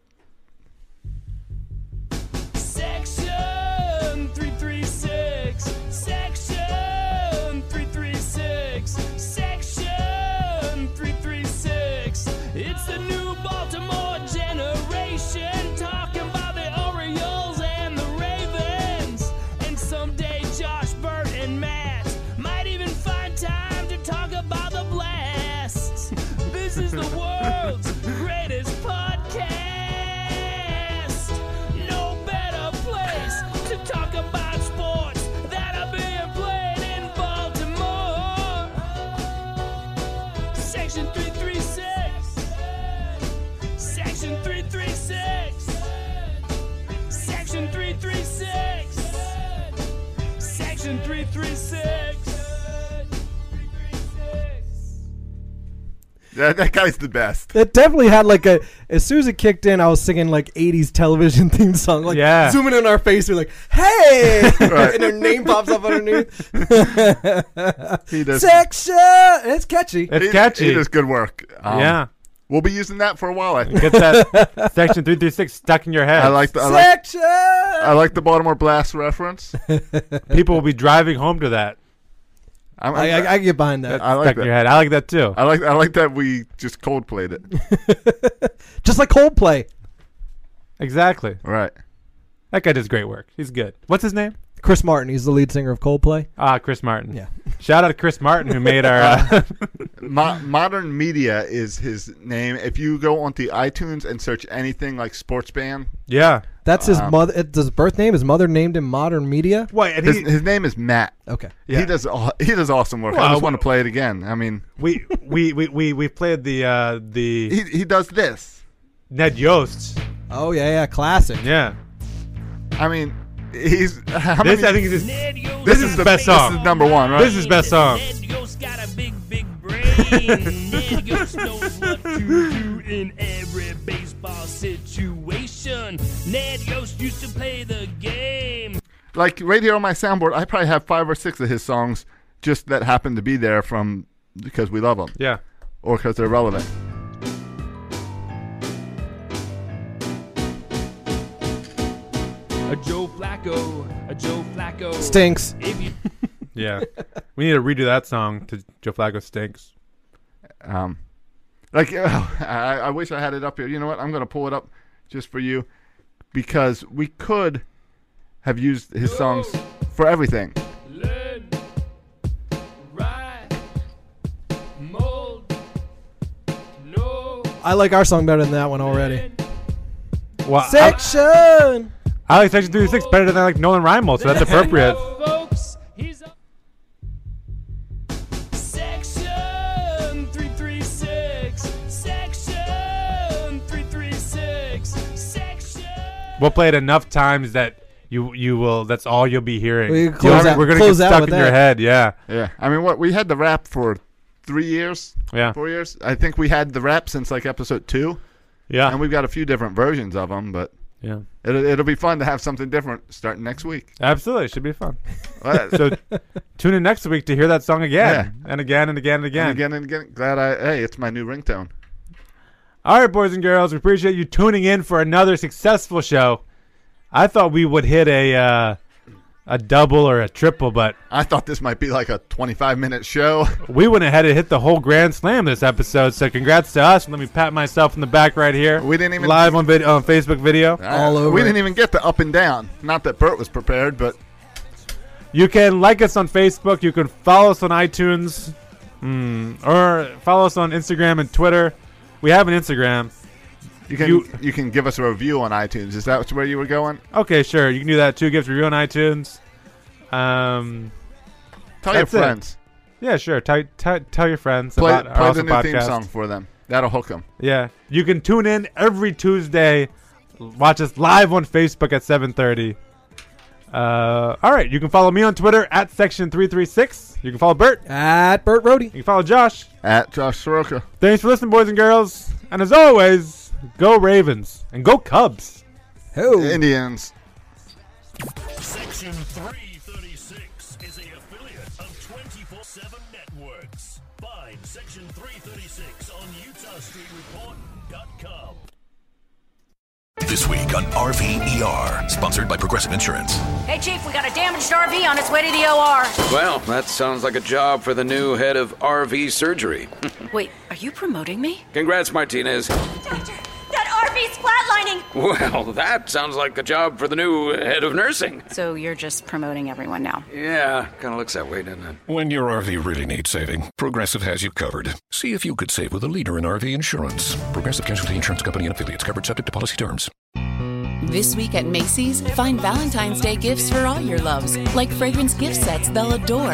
Speaker 14: Section 336. Section 336. Section 336. It's the new Baltimore generation talking about the Orioles and the Ravens. And someday Josh Burns. Section 336.
Speaker 12: That, that guy's the best.
Speaker 6: That definitely had like a. As soon as it kicked in, I was singing like '80s television theme song, like
Speaker 4: Yeah.
Speaker 6: zooming in our face. We're like, "Hey!"
Speaker 12: Right.
Speaker 6: and her name pops up underneath.
Speaker 12: He does-
Speaker 6: Section. It's catchy.
Speaker 12: He- He does good work. Um,
Speaker 4: Yeah.
Speaker 12: We'll be using that for a while. I think.
Speaker 4: Get that section three three six stuck in your head.
Speaker 12: I like the- I like-
Speaker 6: Section.
Speaker 12: I like the Baltimore Blast reference.
Speaker 4: People will be driving home to that.
Speaker 12: I'm,
Speaker 6: I- I- I can get behind that.
Speaker 12: I like
Speaker 4: stuck
Speaker 12: that.
Speaker 4: in your head. I like that too.
Speaker 12: I like I like that we just cold played it.
Speaker 6: Just like Coldplay.
Speaker 4: Exactly.
Speaker 12: Right.
Speaker 4: That guy does great work. He's good. What's his name?
Speaker 6: Chris Martin. He's the lead singer of Coldplay.
Speaker 4: Ah, Chris Martin.
Speaker 6: Yeah.
Speaker 4: Shout out to Chris Martin who made our. Uh,
Speaker 12: Mo- modern media is his name. If you go onto iTunes and search anything like sports band,
Speaker 4: yeah.
Speaker 6: That's his
Speaker 12: Um,
Speaker 6: mother. It's his birth name. His mother named him Modern Media.
Speaker 4: Wait, and
Speaker 12: his,
Speaker 4: he, Oh,
Speaker 12: his name is Matt.
Speaker 6: Okay.
Speaker 12: He does aw- he does awesome work. I
Speaker 4: Well,
Speaker 12: just want to play it again. I mean,
Speaker 4: we, we we we we played the uh, the
Speaker 12: he he does this.
Speaker 4: Ned Yost.
Speaker 6: Oh yeah, yeah, classic.
Speaker 4: Yeah.
Speaker 12: I mean, he's how
Speaker 4: This
Speaker 12: many-
Speaker 4: I think is his,
Speaker 14: Ned Yost
Speaker 12: this
Speaker 14: got
Speaker 12: is
Speaker 14: a
Speaker 12: the
Speaker 4: best song.
Speaker 12: This is number one, right?
Speaker 4: This is best song.
Speaker 14: Ned Yost got a big, big brain. Ned Yost knows what to do in every baseball situation. Ned Yost used to play the game.
Speaker 12: like right here on my soundboard, I probably have five or six of his songs just that happen to be there from because we love them
Speaker 4: Yeah.
Speaker 12: or because they're relevant.
Speaker 14: A Joe Flacco, a Joe Flacco.
Speaker 6: Stinks.
Speaker 14: If you
Speaker 4: Yeah. we need to redo that song to Joe Flacco stinks.
Speaker 12: Um, like I, I wish I had it up here. You know what? I'm gonna pull it up just for you because we could have used his songs for everything.
Speaker 14: learn, ride, mold, know,
Speaker 6: I like our song better than that one already.
Speaker 4: Well, I,
Speaker 6: Section.
Speaker 4: I like Section 36 better than I like Nolan Reinhold, so that's appropriate.
Speaker 14: folks. He's a section 336. Section 336. Section.
Speaker 4: We'll play it enough times that you you will. That's all you'll be hearing.
Speaker 6: We
Speaker 4: You'll-
Speaker 6: close out-
Speaker 4: we're gonna
Speaker 6: close
Speaker 4: get
Speaker 6: out
Speaker 4: stuck
Speaker 6: with
Speaker 4: in your
Speaker 6: that.
Speaker 4: head. Yeah,
Speaker 12: Yeah, I mean, what we had the rap for three years,
Speaker 4: Yeah.
Speaker 12: four years. I think we had the rap since like episode two,
Speaker 4: yeah,
Speaker 12: and we've got a few different versions of them. But
Speaker 4: yeah.
Speaker 12: it'll, it'll be fun to have something different starting next week.
Speaker 4: Absolutely, it should be fun.
Speaker 12: Well,
Speaker 4: So tune in next week to hear that song again
Speaker 12: Yeah.
Speaker 4: and again and again and again.
Speaker 12: And again and again. Glad I. Hey, it's my new ringtone.
Speaker 4: All right, boys and girls, we appreciate you tuning in for another successful show. I thought we would hit a uh, a double or a triple, but
Speaker 12: I thought this might be like a 25 minute show.
Speaker 4: we went ahead and hit the whole grand slam this episode. So congrats to us. Let me pat myself in the back right here.
Speaker 12: We didn't even-
Speaker 4: live on video on Facebook video.
Speaker 6: All over
Speaker 12: We
Speaker 6: it.
Speaker 12: didn't even get the up and down. Not that Bert was prepared, but
Speaker 4: You can like us on Facebook. You can follow us on iTunes, mm, or follow us on Instagram and Twitter. We have an Instagram.
Speaker 12: you can you,
Speaker 4: You-
Speaker 12: can give us a review on iTunes. Is that where you were going?
Speaker 4: Okay, sure, you can do that too. Give us a review on iTunes. Um,
Speaker 12: Tell
Speaker 4: That's it.
Speaker 12: your friends.
Speaker 4: yeah, sure. Tell tell tell your friends
Speaker 12: Play,
Speaker 4: about our
Speaker 12: play the
Speaker 4: awesome
Speaker 12: new theme
Speaker 4: podcast.
Speaker 12: song for them. That'll hook them.
Speaker 4: Yeah, you can tune in every Tuesday. Watch us live on Facebook at 7:30. Uh, all right, you can follow me on Twitter at section 336. You can follow Bert.
Speaker 6: At Burt Rohde.
Speaker 4: You can follow Josh.
Speaker 12: At Josh Soroka.
Speaker 4: Thanks for listening, boys and girls. And as always, go Ravens and go Cubs.
Speaker 6: Ho.
Speaker 12: Indians.
Speaker 7: Section 336 is a affiliate of 24 7 Networks. Find Section 336 on UtahStreetReport.com.
Speaker 1: This week on RVER, sponsored by Progressive Insurance.
Speaker 10: Hey, Chief, we got a damaged RV on its way to the OR.
Speaker 15: Well, that sounds like a job for the new head of RV surgery.
Speaker 16: Wait, are you promoting me?
Speaker 15: Congrats, Martinez.
Speaker 10: Doctor, that RV's flatlining.
Speaker 15: Well, that sounds like a job for the new head of nursing.
Speaker 16: So you're just promoting everyone now.
Speaker 15: Yeah, kind of looks that way, doesn't it?
Speaker 1: When your RV really needs saving, Progressive has you covered. See if you could save with a leader in RV insurance. Progressive Casualty Insurance Company and affiliates covered subject to policy terms.
Speaker 16: This week at Macy's, find Valentine's Day gifts for all your loves, like fragrance gift sets they'll adore.